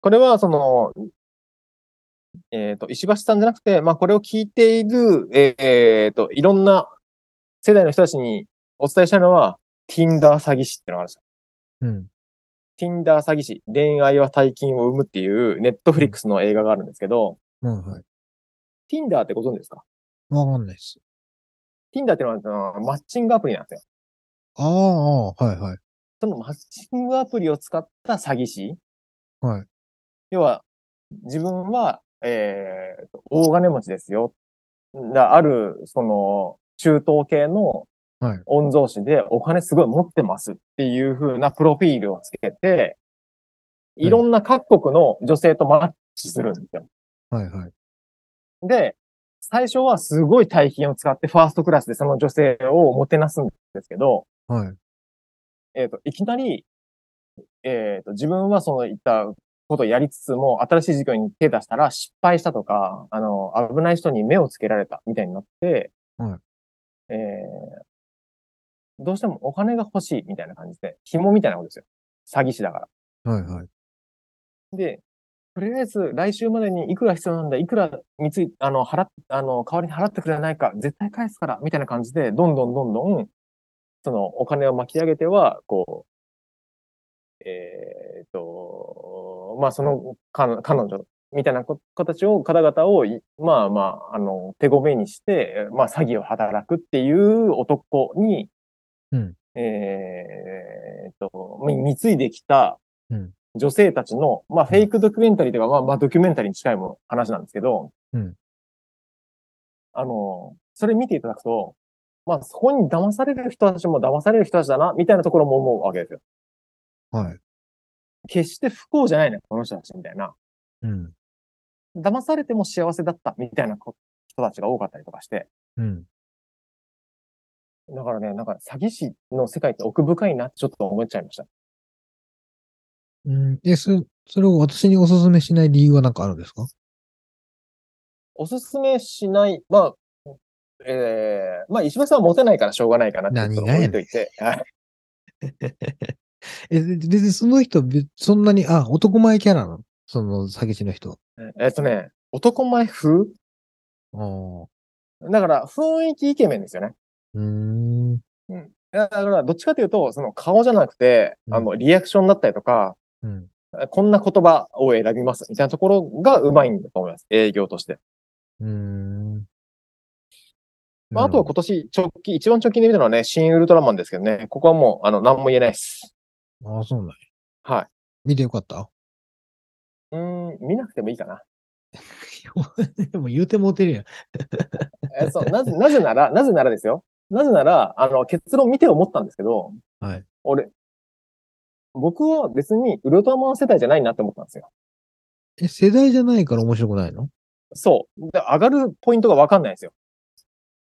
[SPEAKER 3] これはその、えっ、と、石橋さんじゃなくて、まあこれを聞いている、えっ、と、いろんな世代の人たちにお伝えしたいのは、Tinder 詐欺師っていうのがあるんですよ
[SPEAKER 2] うん。
[SPEAKER 3] Tinder 詐欺師、恋愛は大金を生むっていう、ネットフリックスの映画があるんですけど、
[SPEAKER 2] はいはい。
[SPEAKER 3] Tinder ってご存知ですか
[SPEAKER 2] わかんないです。
[SPEAKER 3] Tinder ってのはあのマッチングアプリなんですよ。
[SPEAKER 2] ああ、はいはい。
[SPEAKER 3] そのマッチングアプリを使った詐欺師。
[SPEAKER 2] はい。
[SPEAKER 3] 要は、自分は、えーと、大金持ちですよ。だある、その、中東系の
[SPEAKER 2] はい
[SPEAKER 3] 御曹司でお金すごい持ってますっていう風なプロフィールをつけて、
[SPEAKER 2] い
[SPEAKER 3] いろんな各国の女性とマッチするんですよ。
[SPEAKER 2] はいはい。
[SPEAKER 3] で、最初はすごい大金を使ってファーストクラスでその女性をもてなすんですけど、
[SPEAKER 2] はい。
[SPEAKER 3] えっ、と、いきなり、えっ、と、自分はその言ったことをやりつつも、新しい事業に手出したら失敗したとか、あの、危ない人に目をつけられたみたいになって、
[SPEAKER 2] は
[SPEAKER 3] えーどうしてもお金が欲しいみたいな感じで、紐みたいなことですよ。詐欺師だから。
[SPEAKER 2] はいはい。
[SPEAKER 3] で、とりあえず来週までにいくら必要なんだ、いくらについ、あの、払っ、あの、代わりに払ってくれないか、絶対返すから、みたいな感じで、どんどんどんどん、そのお金を巻き上げては、こう、えーっと、まあ、その、か彼女、みたいなこ子たちを、方々をい、まあまあ、あの、手ごめにして、まあ、詐欺を働くっていう男に、
[SPEAKER 2] うん
[SPEAKER 3] えーっと、み貢いできた、女性たちの、まあ、
[SPEAKER 2] ん
[SPEAKER 3] フェイクドキュメンタリーというか、まあ、まあ、ドキュメンタリーに近いもの話なんですけど、
[SPEAKER 2] うん
[SPEAKER 3] あの、それ見ていただくと、まあ、そこに騙される人たちも騙される人たちだな、みたいなところも思うわけですよ。
[SPEAKER 2] はい。
[SPEAKER 3] 決して不幸じゃないね、この人たち、みたいな。
[SPEAKER 2] うん。
[SPEAKER 3] 騙されても幸せだった、みたいなこ人たちが多かったりとかして。
[SPEAKER 2] うん。
[SPEAKER 3] だからね、なんか詐欺師の世界って奥深いなってちょっと思っちゃいました。
[SPEAKER 2] うん。え、それ、それを私にお勧めしない理由は何かあるんですか
[SPEAKER 3] おすすめしない、まあ、ええまあ、石橋さんはモテないからしょうがないかなってちょっと置いといて。はい
[SPEAKER 2] え、で別にその人、べそんなに、あ、男前キャラなのその詐欺師の人。
[SPEAKER 3] えっとね、男前風
[SPEAKER 2] ああ。
[SPEAKER 3] だから、雰囲気イケメンですよね。
[SPEAKER 2] うーん。
[SPEAKER 3] だから、どっちかというと、その顔じゃなくて、
[SPEAKER 2] うん
[SPEAKER 3] あの、リアクションだったりとか、
[SPEAKER 2] うん。
[SPEAKER 3] こんな言葉を選びます、みたいなところがうまいんだと思います。営業として。
[SPEAKER 2] うーん。
[SPEAKER 3] まあ、
[SPEAKER 2] な
[SPEAKER 3] あ
[SPEAKER 2] る
[SPEAKER 3] と
[SPEAKER 2] ほ
[SPEAKER 3] は
[SPEAKER 2] ど
[SPEAKER 3] 今年、直近、一番直近で見たのはね、新ウルトラマンですけどね、ここはもう、あの、何も言えないです。
[SPEAKER 2] ああ、そうなんや
[SPEAKER 3] は
[SPEAKER 2] 見てよかった
[SPEAKER 3] い。うーん、見なくてもいいかな。
[SPEAKER 2] でも言うてもうてるやん。
[SPEAKER 3] えそう、な ぜ、なぜなら、なぜならですよ。なぜなら、あの、結論見て思ったんですけど、
[SPEAKER 2] はい。
[SPEAKER 3] 俺、僕は別にウルトラマン世代じゃないなって思ったんですよ。
[SPEAKER 2] え、世代じゃないから面白くないの
[SPEAKER 3] そう。で、上がるポイントがわかんないんですよ。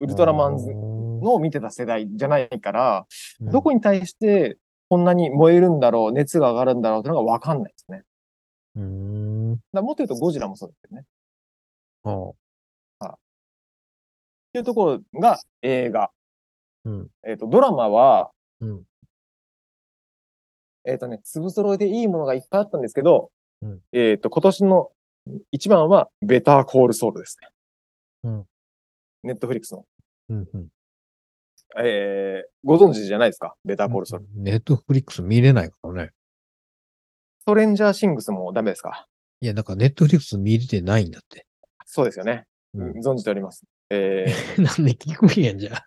[SPEAKER 3] ウ
[SPEAKER 2] ウ
[SPEAKER 3] ルトラマンズ
[SPEAKER 2] の
[SPEAKER 3] の見てた世代じゃないから、どこに対してこんなに燃えるんだろう、熱が上がるんだろうっていうのがわかんないですね。だか
[SPEAKER 2] うーん。
[SPEAKER 3] らもっと言うとゴジラもそうですよね。っ
[SPEAKER 2] ああ。
[SPEAKER 3] ていうところが映画。
[SPEAKER 2] うん。
[SPEAKER 3] えっ、と、ドラマは、
[SPEAKER 2] うん。
[SPEAKER 3] えっ、とね、粒揃いでいいものがいっぱいあったんですけど、
[SPEAKER 2] うん
[SPEAKER 3] えっ、と、今年の一番は、ベターコールソウルですね。
[SPEAKER 2] うん。
[SPEAKER 3] ネットフリックスの。
[SPEAKER 2] うん。うん。
[SPEAKER 3] えー、ご存知じゃないですかベターコールソウル。
[SPEAKER 2] ネットフリックス見れないからね。
[SPEAKER 3] ストレンジャーシングスもダメですか
[SPEAKER 2] いや、だからネットフリックス見れてないんだって。
[SPEAKER 3] そうですよね。
[SPEAKER 2] うん
[SPEAKER 3] 存じております。え
[SPEAKER 2] なんで聞くんやんじゃ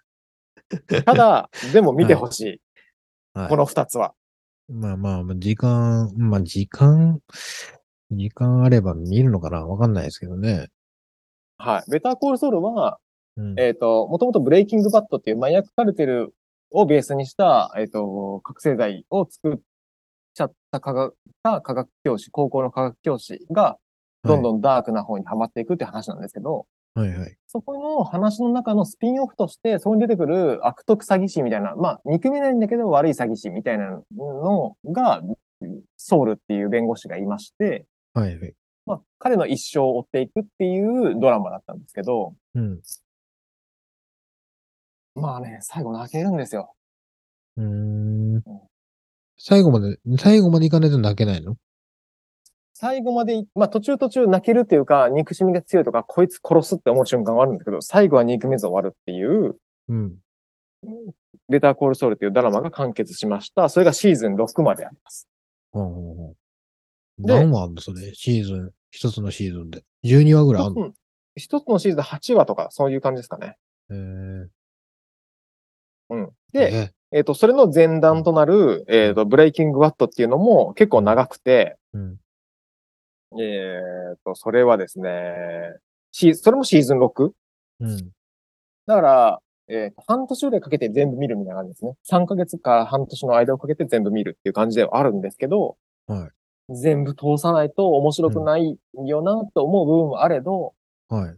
[SPEAKER 3] ー、ただ、でも見てほしい。
[SPEAKER 2] あ。はい
[SPEAKER 3] こ。の二つは。
[SPEAKER 2] まあまあ、時間、まあ時間、時間あれば見るのかなわかんないですけどね。
[SPEAKER 3] はい。ベターコールソウルは、
[SPEAKER 2] うん。
[SPEAKER 3] えっ、と、もともとブレイキングバットっていう麻薬カルテルをベースにした、えっ、と、覚醒剤を作っちゃった科学、た科学教師、高校の科学教師が、どんどんダークな方にはまっていくって話なんですけど、
[SPEAKER 2] はいはい。
[SPEAKER 3] そこの話の中のスピンオフとして、そこに出てくる悪徳詐欺師みたいな、まあ、憎めないんだけど悪い詐欺師みたいなのが、ソウルっていう弁護士がいまして、
[SPEAKER 2] はいはい。
[SPEAKER 3] まあ、彼の一生を追っていくっていうドラマだったんですけど、
[SPEAKER 2] うん。
[SPEAKER 3] まあね、最後泣けるんですよ。
[SPEAKER 2] うーん。最後まで、最後までいかないと泣けないの
[SPEAKER 3] 最後までい、まあ途中途中泣けるっていうか、憎しみが強いとか、こいつ殺すって思う瞬間があるんですけど、最後は憎めず終わるっていう、
[SPEAKER 2] うん。
[SPEAKER 3] ベターコールソウルっていうドラマが完結しました。それがシーズン6まであります。
[SPEAKER 2] ほうほうほう
[SPEAKER 3] で
[SPEAKER 2] 何話あんのそれ、シーズン、一つのシーズンで。12話ぐらいあんの
[SPEAKER 3] 一つのシーズン8話とか、そういう感じですかね。
[SPEAKER 2] へー
[SPEAKER 3] で、
[SPEAKER 2] ね
[SPEAKER 3] えっ、と、それの前段となる、えっ、と、ブレイキングバットっていうのも結構長くて、
[SPEAKER 2] うん
[SPEAKER 3] えっ、と、それはですね、シーそれもシーズン 6?
[SPEAKER 2] うん。
[SPEAKER 3] だから、えー半年ぐらいかけて全部見るみたいな感じですね。3ヶ月から半年の間をかけて全部見るっていう感じではあるんですけど、
[SPEAKER 2] は
[SPEAKER 3] 全部通さないと面白くないよなと思う部分もあれど、
[SPEAKER 2] はい。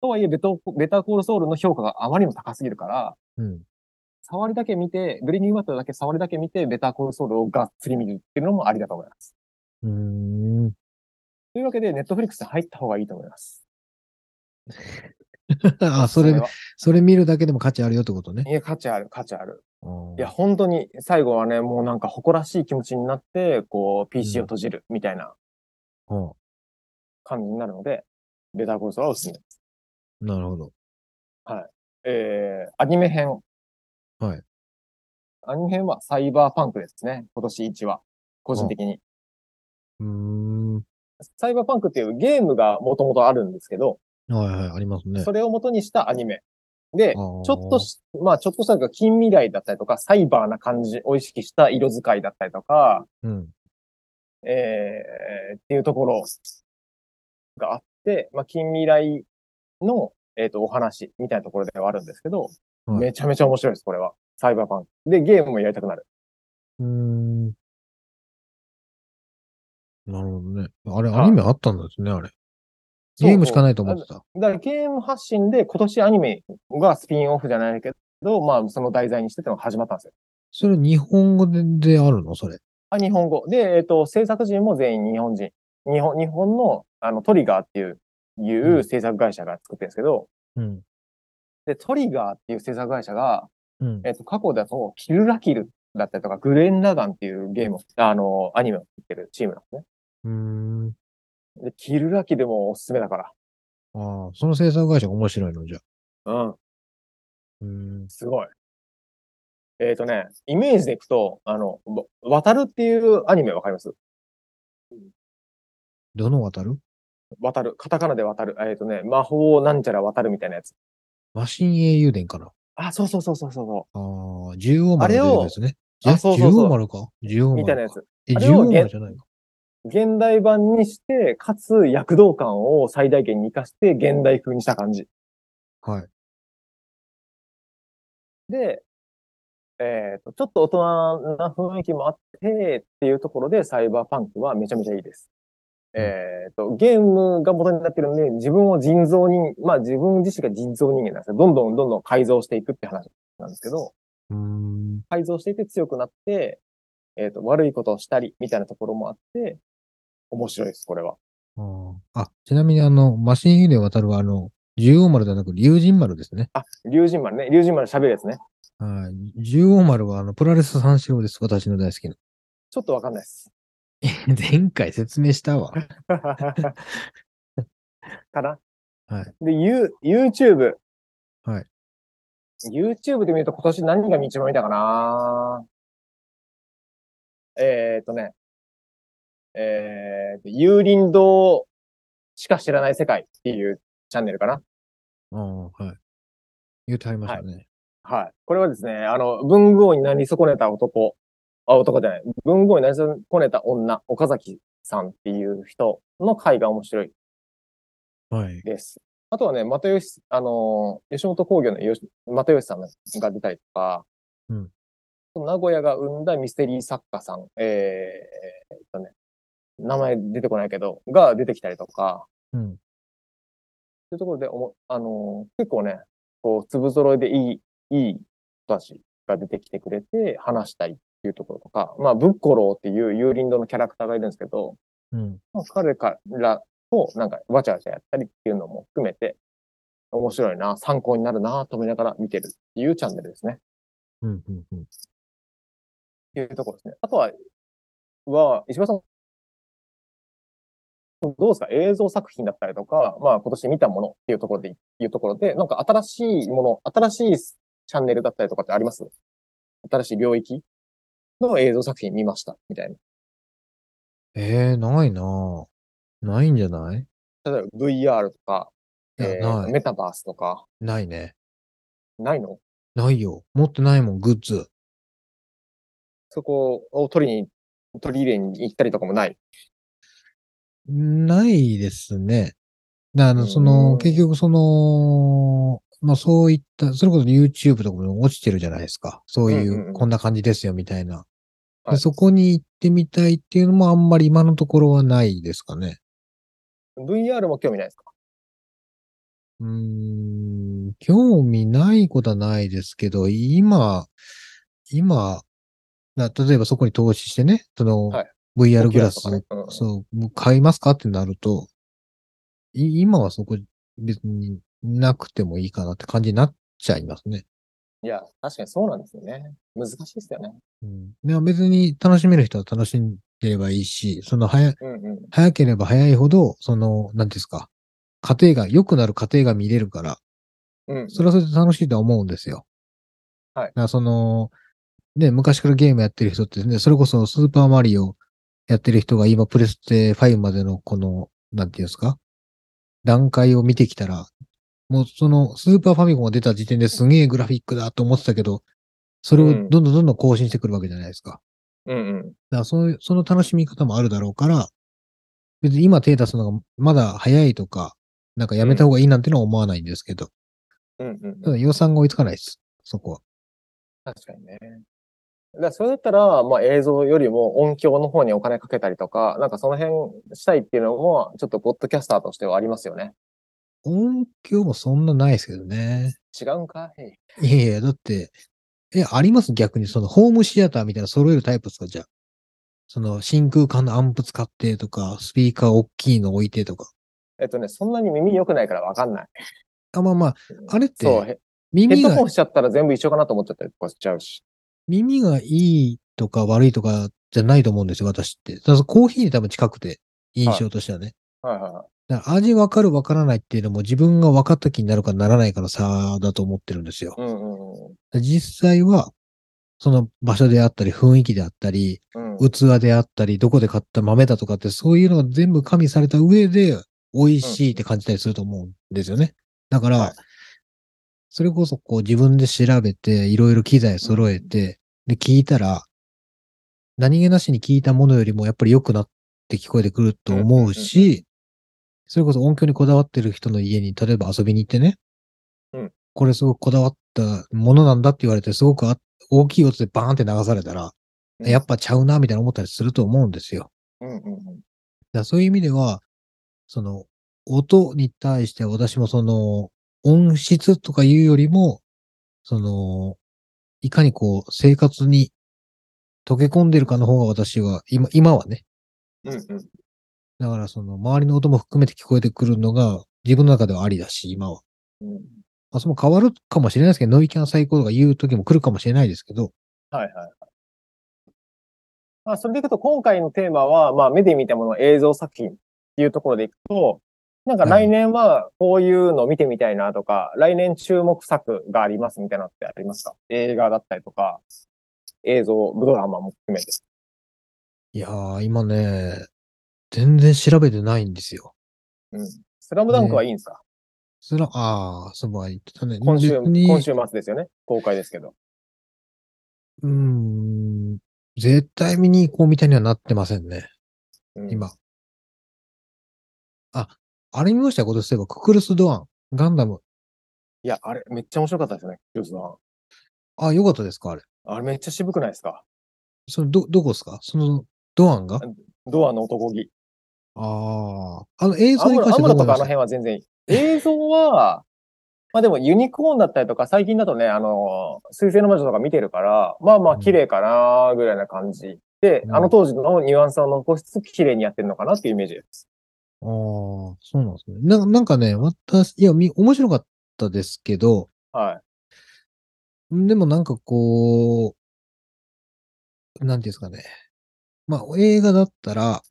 [SPEAKER 3] とはいえベト、ベターコールソウルの評価があまりにも高すぎるから、
[SPEAKER 2] うん。
[SPEAKER 3] 触りだけ見て、ブレイキングバットだけ触りだけ見て、ベターコールソウルをがっつり見るっていうのもありだと思います。
[SPEAKER 2] うー ん。
[SPEAKER 3] というわけで、ネットフリックスに入った方がいいと思います。
[SPEAKER 2] あ、そ
[SPEAKER 3] おす
[SPEAKER 2] れ
[SPEAKER 3] す、
[SPEAKER 2] それ見るだけでも価値あるよってことね
[SPEAKER 3] めは。いや、価値ある、価値ある。い
[SPEAKER 2] い
[SPEAKER 3] や、、本当に最後はね、もうなんか誇らしい気持ちになって、こう、PC を閉じるみたいな
[SPEAKER 2] は
[SPEAKER 3] 感じになるので、ベターコールソウルはおすすめ。
[SPEAKER 2] あなるほど。
[SPEAKER 3] えー、アニメ編。
[SPEAKER 2] はい。
[SPEAKER 3] アニメ編はサイバーパンクですね。今年1話。個人的に。
[SPEAKER 2] うーん。は
[SPEAKER 3] サイバーパンクっていうゲームがもともとあるんですけど、
[SPEAKER 2] いはい、ありますね。
[SPEAKER 3] それを元にしたアニメ。で、
[SPEAKER 2] あー
[SPEAKER 3] ちょっとし、まあちょっとしたというか近未来だったりとか、サイバーな感じを意識した色使いだったりとか、
[SPEAKER 2] うん。
[SPEAKER 3] えーっていうところがあって、まあ、近未来の、えー、とお話みたいなところではあるんですけど、
[SPEAKER 2] はい
[SPEAKER 3] めちゃめちゃ面白いです、これは。サイバーパンク。で、ゲームもやりたくなる。
[SPEAKER 2] うーん。なるほどね。あれ、
[SPEAKER 3] はい
[SPEAKER 2] アニメあったんですね、あれ。ゲームしかないと思っててた。
[SPEAKER 3] だからゲーム発信で今年アニメがスピンオフじゃないけど、まあその題材にしてってのが始まったんですよ。
[SPEAKER 2] それ日本語でであるのそれ。
[SPEAKER 3] あ、日本語。で、えっ、と、制作人も全員日本人。日本、日本のあのトリガーっていう、い
[SPEAKER 2] うん
[SPEAKER 3] う制作会社が作ってるんですけど、
[SPEAKER 2] うん。
[SPEAKER 3] で、トリガーっていう制作会社が、
[SPEAKER 2] うん。
[SPEAKER 3] えっと、過去だと、キルラキルだったりとか、グレンラガンっていうゲームを、あの、アニメを作ってるチームなんで
[SPEAKER 2] うーん。
[SPEAKER 3] すね。で、キルラキルもおすすめだか
[SPEAKER 2] ああ、その制作会社が面白いのじゃあ。
[SPEAKER 3] ら。うん、
[SPEAKER 2] うーん。
[SPEAKER 3] すごい。えっ、とね、イメージでいくと、あの、わ渡るっていうアニメわかります
[SPEAKER 2] どの渡る
[SPEAKER 3] 渡る。カタカナで渡る。えっ、とね、魔法なんちゃら渡るみたいなやつ。
[SPEAKER 2] マシン英雄伝かな。
[SPEAKER 3] あ、そうそうそうそうそうそ
[SPEAKER 2] ああ、十王丸というやつですね。
[SPEAKER 3] あれをあそうそうそう
[SPEAKER 2] 十王丸か十
[SPEAKER 3] う。
[SPEAKER 2] 王丸。
[SPEAKER 3] みたいなやつ。
[SPEAKER 2] え、
[SPEAKER 3] あ
[SPEAKER 2] 十
[SPEAKER 3] れを
[SPEAKER 2] 王丸じゃないの
[SPEAKER 3] 現代版にして、かつ躍動感を最大限に活かして、現代風にした感じ。
[SPEAKER 2] はい。
[SPEAKER 3] で、えっ、と、ちょっと大人な雰囲気もあって、っていうところでサイバーパンクはめちゃめちゃいいです。
[SPEAKER 2] うん
[SPEAKER 3] えっ、と、ゲームが元になってるんで、自分を人造人、まあ自分自身が人造人間なんですよ。どんどんどんどん改造していくって話なんですけど、
[SPEAKER 2] うーん。
[SPEAKER 3] 改造していって強くなって、えっ、と、悪いことをしたり、みたいなところもあって、面白いです、これは。
[SPEAKER 2] あーあ、ちなみにあの、マシン英雄伝渡るはあの、十王丸ではなく、竜神丸ですね。
[SPEAKER 3] あ、竜神丸ね。竜神丸喋るやつね。
[SPEAKER 2] はい。十王丸はあの、プラレス三四郎です。私の大好きな。
[SPEAKER 3] ちょっとわかんないです。
[SPEAKER 2] 前回説明した わ。
[SPEAKER 3] かな
[SPEAKER 2] はい
[SPEAKER 3] で、ユー YouTube。
[SPEAKER 2] はい。
[SPEAKER 3] YouTube で見ると今年何が一番見たかなえーっとね。えー、幽林堂しか知らない世界っていうチャンネルかな
[SPEAKER 2] うん、はい。言ってはりましたね。
[SPEAKER 3] はい。これはですね、あの、文豪になり損ねた男、あ、男じゃない、文豪になり損ねた女、岡崎さんっていう人の回が面白い。
[SPEAKER 2] はい。
[SPEAKER 3] です。あとはね、又吉、あのー吉本興業のよし又吉さんが出たりとか、
[SPEAKER 2] うん
[SPEAKER 3] 名古屋が生んだミステリー作家さん、えーえーっとね、名前出てこないけど、が出てきたりとか、
[SPEAKER 2] うん。
[SPEAKER 3] というところでおも、あのー結構ね、こう、粒揃いでいい、いい人たちが出てきてくれて、話したいっていうところとか、まあ、ブッコローっていう幽林堂のキャラクターがいるんですけど、
[SPEAKER 2] うん。
[SPEAKER 3] まあ、彼からとなんかわちゃわちゃやったりっていうのも含めて、面白いな、参考になるなと思いながら見てるっていうチャンネルですね。っ
[SPEAKER 2] うん。うん。うん。
[SPEAKER 3] ていうところですね。あとは、は、石破さん、どうですか映像作品だったりとか、まあ今年見たものっていうところで、いうところで、なんか新しいもの、新しいチャンネルだったりとかってあります新しい領域の映像作品見ました、みたいな。
[SPEAKER 2] えー、ないなぁ。ないんじゃない
[SPEAKER 3] 例えば VR とか、
[SPEAKER 2] いや
[SPEAKER 3] えー
[SPEAKER 2] ない。
[SPEAKER 3] メタバースとか、
[SPEAKER 2] ないね。
[SPEAKER 3] ないの
[SPEAKER 2] ないよ。持ってないもん、グッズ。
[SPEAKER 3] そこを取りに、取り入れに行ったりとかもない。
[SPEAKER 2] ないですね。だから、その、
[SPEAKER 3] うん
[SPEAKER 2] 結局その、まあそういった、それこそ YouTube とかも落ちてるじゃないですか。そうい
[SPEAKER 3] うんうんう
[SPEAKER 2] う、
[SPEAKER 3] ん
[SPEAKER 2] こんな感じですよみたいな。
[SPEAKER 3] は
[SPEAKER 2] で
[SPEAKER 3] い
[SPEAKER 2] そこに行ってみたいっていうのもあんまり今のところはないですかね。
[SPEAKER 3] VR も興味ないですか
[SPEAKER 2] うーん、興味ないことはないですけど、今、今、な例えばそこに投資してね、その、
[SPEAKER 3] はい
[SPEAKER 2] VR グラ
[SPEAKER 3] と
[SPEAKER 2] ス
[SPEAKER 3] かねうん
[SPEAKER 2] そう、もう買いますかってなると、い今はそこ別になくてもいいかなって感じになっちゃいますね。
[SPEAKER 3] いや、確かにそうなんですよね。難しいですよね。
[SPEAKER 2] うん、でも別に楽しめる人は楽しんでればいいし、その早、
[SPEAKER 3] うんうん。
[SPEAKER 2] 早ければ早いほど、その、なんていうんですか、家庭が、良くなる過程が見れるから、
[SPEAKER 3] うん。
[SPEAKER 2] それはそれで楽しいとは思うんですよ。
[SPEAKER 3] はい
[SPEAKER 2] だからその、ね、昔からゲームやってる人ってね、それこそスーパーマリオやってる人が今プレステ5までのこの、なんていうんですか段階を見てきたら、もうそのスーパーファミコンが出た時点ですげえグラフィックだと思ってたけど、それを
[SPEAKER 3] うん
[SPEAKER 2] どんどんどんどん更新してくるわけじゃないですか。
[SPEAKER 3] うんうん。
[SPEAKER 2] だからそういう、その楽しみ方もあるだろうから、別に今手出すのがまだ早いとか、なんかやめた方がいいなんてのは思わないんですけど、
[SPEAKER 3] うんうん
[SPEAKER 2] た
[SPEAKER 3] う
[SPEAKER 2] だ
[SPEAKER 3] ん。
[SPEAKER 2] 予算が追いつかないです。そこは。
[SPEAKER 3] 確かにね。だからそれだったら、まあ映像よりも音響の方にお金かけたりとか、なんかその辺したいっていうのも、ちょっとポッドキャスターとしてはありますよね。
[SPEAKER 2] 音響もそんなないですけどね。
[SPEAKER 3] 違うんかい
[SPEAKER 2] いやいや、だって、え、あります逆に、その、ホームシアターみたいな揃えるタイプですかじゃあ。その、真空管のアンプ使ってとか、スピーカー大きいの置いてとか。
[SPEAKER 3] えっとね、そんなに耳良くないからわかんない。
[SPEAKER 2] あ、まあまあ、あれっ
[SPEAKER 3] そう、
[SPEAKER 2] て、
[SPEAKER 3] ヘヘッ
[SPEAKER 2] 耳
[SPEAKER 3] ドホ
[SPEAKER 2] が
[SPEAKER 3] ン、しちゃったら全部一緒かなと思っちゃったりとかしちゃうし。
[SPEAKER 2] 耳がいいとか悪いとかじゃないと思うんですよ、私って。ただコーヒーに多分近くて、印象としてはね。
[SPEAKER 3] はいはいはい。
[SPEAKER 2] だから味わかるわからないっていうのも自分が分かった気になるかならないかの差だと思ってるんですよ。
[SPEAKER 3] うんうん
[SPEAKER 2] 実際は、その場所であったり、雰囲気であったり、
[SPEAKER 3] うん。うん、
[SPEAKER 2] 器であったり、どこで買った豆だとかって、そういうのが全部加味された上で、美味しいって感じたりすると思うんですよね。だから、
[SPEAKER 3] はい
[SPEAKER 2] それこそこう自分で調べて、いろいろ機材揃えて、で、聞いたら、何気なしに聞いたものよりもやっぱり良くなって聞こえてくると思う
[SPEAKER 3] うんうん
[SPEAKER 2] し、それこそ音響にこだわってる人の家に、例えば遊びに行ってね、
[SPEAKER 3] うん
[SPEAKER 2] これすごくこだわったものなんだって言われて、すごくあ大きい音でバーンって流された
[SPEAKER 3] う
[SPEAKER 2] ら、
[SPEAKER 3] ん
[SPEAKER 2] やっぱちゃうな、みたいな思ったりすると思うんですよ。
[SPEAKER 3] うんうんうん。
[SPEAKER 2] だからそういう意味では、その、音に対して私もその、音質とかいうよりも、その、いかにこう、生活に溶け込んでるかの方が私は、今、今はね。
[SPEAKER 3] うんうん。
[SPEAKER 2] だからその、周りの音も含めて聞こえてくるのが、自分の中ではありだし、今は。
[SPEAKER 3] うん
[SPEAKER 2] まあ、その変わるかもしれないですけど、ノイキャン最高とか言う時も来るかもしれないですけど、
[SPEAKER 3] はいはいはい。まあ、それでいくと、今回のテーマは、まあ、目で見たもの、映像作品っていうところでいくと、なんか
[SPEAKER 2] はい
[SPEAKER 3] 来年はこういうの見てみたいなとか、来年注目作がありますみたいなのってありますか映画だったりとか、映像、ドラマも含めて。
[SPEAKER 2] いやー、今ね、全然調べてないんですよ。
[SPEAKER 3] うん。スラムダンクはいいんですか、
[SPEAKER 2] それは、ああ、そうば言ってたね。
[SPEAKER 3] 今週、
[SPEAKER 2] 別に
[SPEAKER 3] 今週末ですよね。公開ですけど。
[SPEAKER 2] うーん。絶対見に行こうみたいにはなってませんね。
[SPEAKER 3] うん、
[SPEAKER 2] 今。あ、あれ見ましたことすれば、ククルス・ドアン、ガンダム。
[SPEAKER 3] いや、あれ、めっちゃ面白かったですね、ジョーズさん。
[SPEAKER 2] あ、よかったですかあれ。
[SPEAKER 3] あれ、めっちゃ渋くないですか
[SPEAKER 2] その、ど、どこですかその、ドアンが
[SPEAKER 3] ドアの男気。
[SPEAKER 2] ああ。あの、映像
[SPEAKER 3] ア
[SPEAKER 2] に
[SPEAKER 3] ム
[SPEAKER 2] 関
[SPEAKER 3] ロ
[SPEAKER 2] し
[SPEAKER 3] ア
[SPEAKER 2] て
[SPEAKER 3] ムロ
[SPEAKER 2] はどう思
[SPEAKER 3] とかあ
[SPEAKER 2] いま
[SPEAKER 3] の
[SPEAKER 2] した
[SPEAKER 3] 辺は全然いい。映像は、まあでもユニコーンだったりとか、最近だとね、あの、水星の魔女とか見てるから、まあまあ綺麗かなぐらいな感じ。で、
[SPEAKER 2] うん
[SPEAKER 3] あの当時のニュアンスを残しつつ綺麗にやってるのかなっていうイメージです。
[SPEAKER 2] ああ、そうなんですね。なんかなんかね、私、いや、み、面白かったですけど、
[SPEAKER 3] は
[SPEAKER 2] でもなんかこう、なんていうんですかね。まあ映画だったら、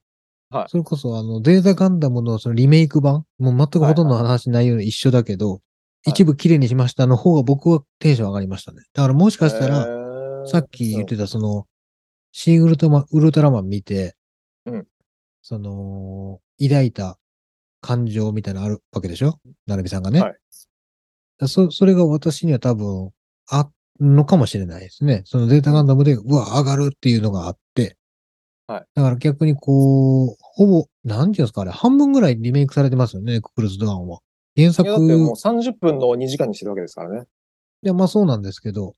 [SPEAKER 3] はい
[SPEAKER 2] それこそあの、データガンダムのそのリメイク版、もう全くほとんどの話内容一緒だけど、
[SPEAKER 3] い
[SPEAKER 2] 一部綺麗にしましたの方が僕はテンション上がりましたね。だからもし
[SPEAKER 3] い。
[SPEAKER 2] かしたら、
[SPEAKER 3] ら
[SPEAKER 2] さっき言ってたその、シン・ウルトラマン、ウルトラマン見て、
[SPEAKER 3] うん
[SPEAKER 2] その、抱いた感情みたいなのあるわけでしょななみさんがね。
[SPEAKER 3] はい
[SPEAKER 2] だそ、それが私には多分、あのかもしれないですね。そのゼータガンダムで、うわ、上がるっていうのがあって。
[SPEAKER 3] はい。
[SPEAKER 2] だから逆にこう、ほぼ、なんていうんですか、あれ、半分ぐらいリメイクされてますよね、ククルーズドアンは。原
[SPEAKER 3] い
[SPEAKER 2] 作
[SPEAKER 3] や、だってもう30分の2時間にしてるわけですからね。
[SPEAKER 2] いや、まあそうなんですけど、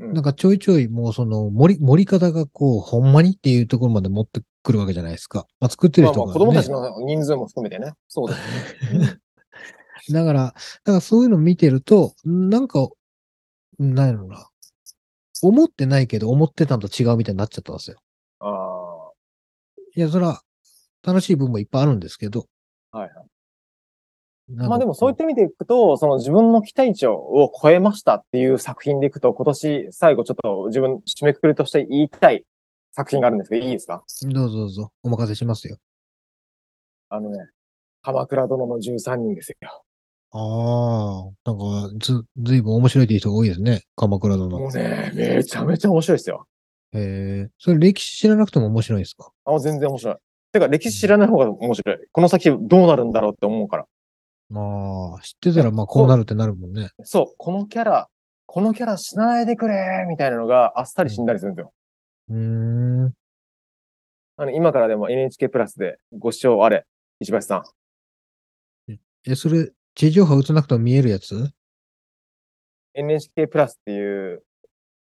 [SPEAKER 3] うん
[SPEAKER 2] なんかちょいちょいもうその盛り、盛り方がこう、ほんまにっていうところまで持ってくるわけじゃないですか。まあ作ってる
[SPEAKER 3] まあ
[SPEAKER 2] 人
[SPEAKER 3] ま
[SPEAKER 2] が、
[SPEAKER 3] あ
[SPEAKER 2] ね
[SPEAKER 3] 子供たちの人数も含めてね。そう ですね。うん
[SPEAKER 2] だから、だからそういうの見てると、なんか、なんやろうな。思ってないけど、思ってたんと違うみたいになっちゃったんですよ。
[SPEAKER 3] あ
[SPEAKER 2] いや、そら、楽しい部分もいっぱいあるんですけど。
[SPEAKER 3] はいはい
[SPEAKER 2] なんかこ
[SPEAKER 3] あまあでもそういった意味でいくと、その自分の期待値を超えましたっていう作品でいくと、今年最後ちょっと自分締めくくりとして言いたい作品があるんですけど、いいですか
[SPEAKER 2] どうぞどうぞ、お任せしますよ。
[SPEAKER 3] あのね、鎌倉殿の13人ですよ。
[SPEAKER 2] ああ、なんか、ず、ずいぶん面白いっていう人が多いですね。鎌倉殿。
[SPEAKER 3] も
[SPEAKER 2] へ
[SPEAKER 3] うね、めちゃめちゃ面白いですよ。
[SPEAKER 2] え。それ歴史知らなくても面白いんですか
[SPEAKER 3] あ、もう全然面白い。てか歴史知らない方が面白い。この先どうなるんだろうって思うから。
[SPEAKER 2] まあ、知ってたら、まあ、こうなるってなるもんね。
[SPEAKER 3] そう、このキャラ、このキャラ死なないでくれみたいなのがあっさり死んだりするんですよ。
[SPEAKER 2] うーん。
[SPEAKER 3] あの、今からでも NHK プラスでご視聴あれ、石橋さん。
[SPEAKER 2] え、それ、地上波打つなくても見えるやつ
[SPEAKER 3] NHK プラスっていう、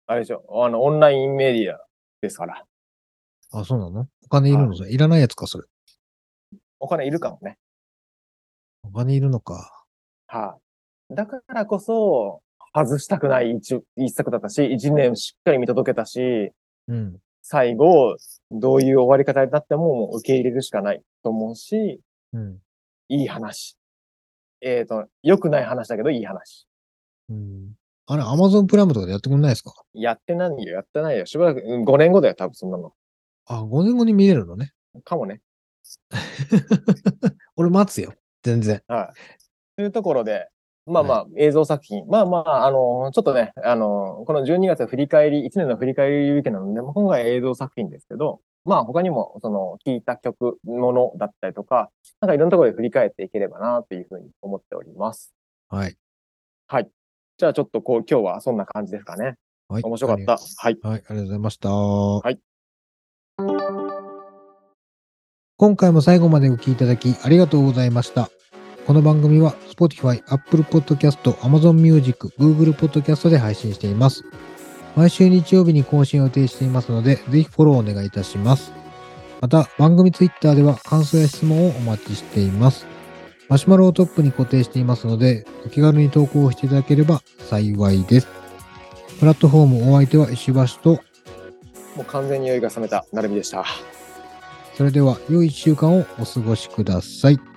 [SPEAKER 3] あれでしょ、あの、オンラインメディアですから。
[SPEAKER 2] あ、そうなのお金いるのそれいらないやつか、それ。
[SPEAKER 3] お金いるかもね。
[SPEAKER 2] お金いるのか。
[SPEAKER 3] はい、だからこそ、外したくない一一作だったし、一年しっかり見届けたし、
[SPEAKER 2] うん。
[SPEAKER 3] 最後、どういう終わり方になってももう受け入れるしかないと思うし、
[SPEAKER 2] うん。
[SPEAKER 3] いい話。えっ、と、良くない話だけどいい話。
[SPEAKER 2] うん。あれ、アマゾンプライムとかでやってくんないですか
[SPEAKER 3] やってないよ、やってないよ。しばらく、うん5年後だよ、多分そんなの。
[SPEAKER 2] あ、5年後に見れるのね。
[SPEAKER 3] かもね。
[SPEAKER 2] 俺待つよ。全然。
[SPEAKER 3] はい。というところで、まあまあ、映像作品。まあまあ、あの、ちょっとね、あの、この12月振り返り、1年の振り返りウィークなので、まあ今回は映像作品ですけど、まあ他にも、その、聴いた曲、ものだったりとか、なんかいろんなところで振り返っていければな、というふうに思っております。
[SPEAKER 2] はい。
[SPEAKER 3] じゃあちょっとこう、今日はそんな感じですかね。
[SPEAKER 2] はい。
[SPEAKER 3] 面白かった。はい。
[SPEAKER 2] はい、ありがとうございました。
[SPEAKER 3] い
[SPEAKER 2] 今回も最後までお聞きいただきありがとうございました。この番組は Spotify、Apple Podcast、Amazon Music、Google Podcast で配信しています。毎週日曜日に更新を予定していますので、ぜひフォローお願いいたします。また、番組 Twitter では感想や質問をお待ちしています。マシュマロをトップに固定していますので、お気軽に投稿していただければ幸いです。プラットフォームお相手は石橋と、
[SPEAKER 3] もう完全に酔いが覚めた、なるみでした。
[SPEAKER 2] それでは良い一週間をお過ごしください。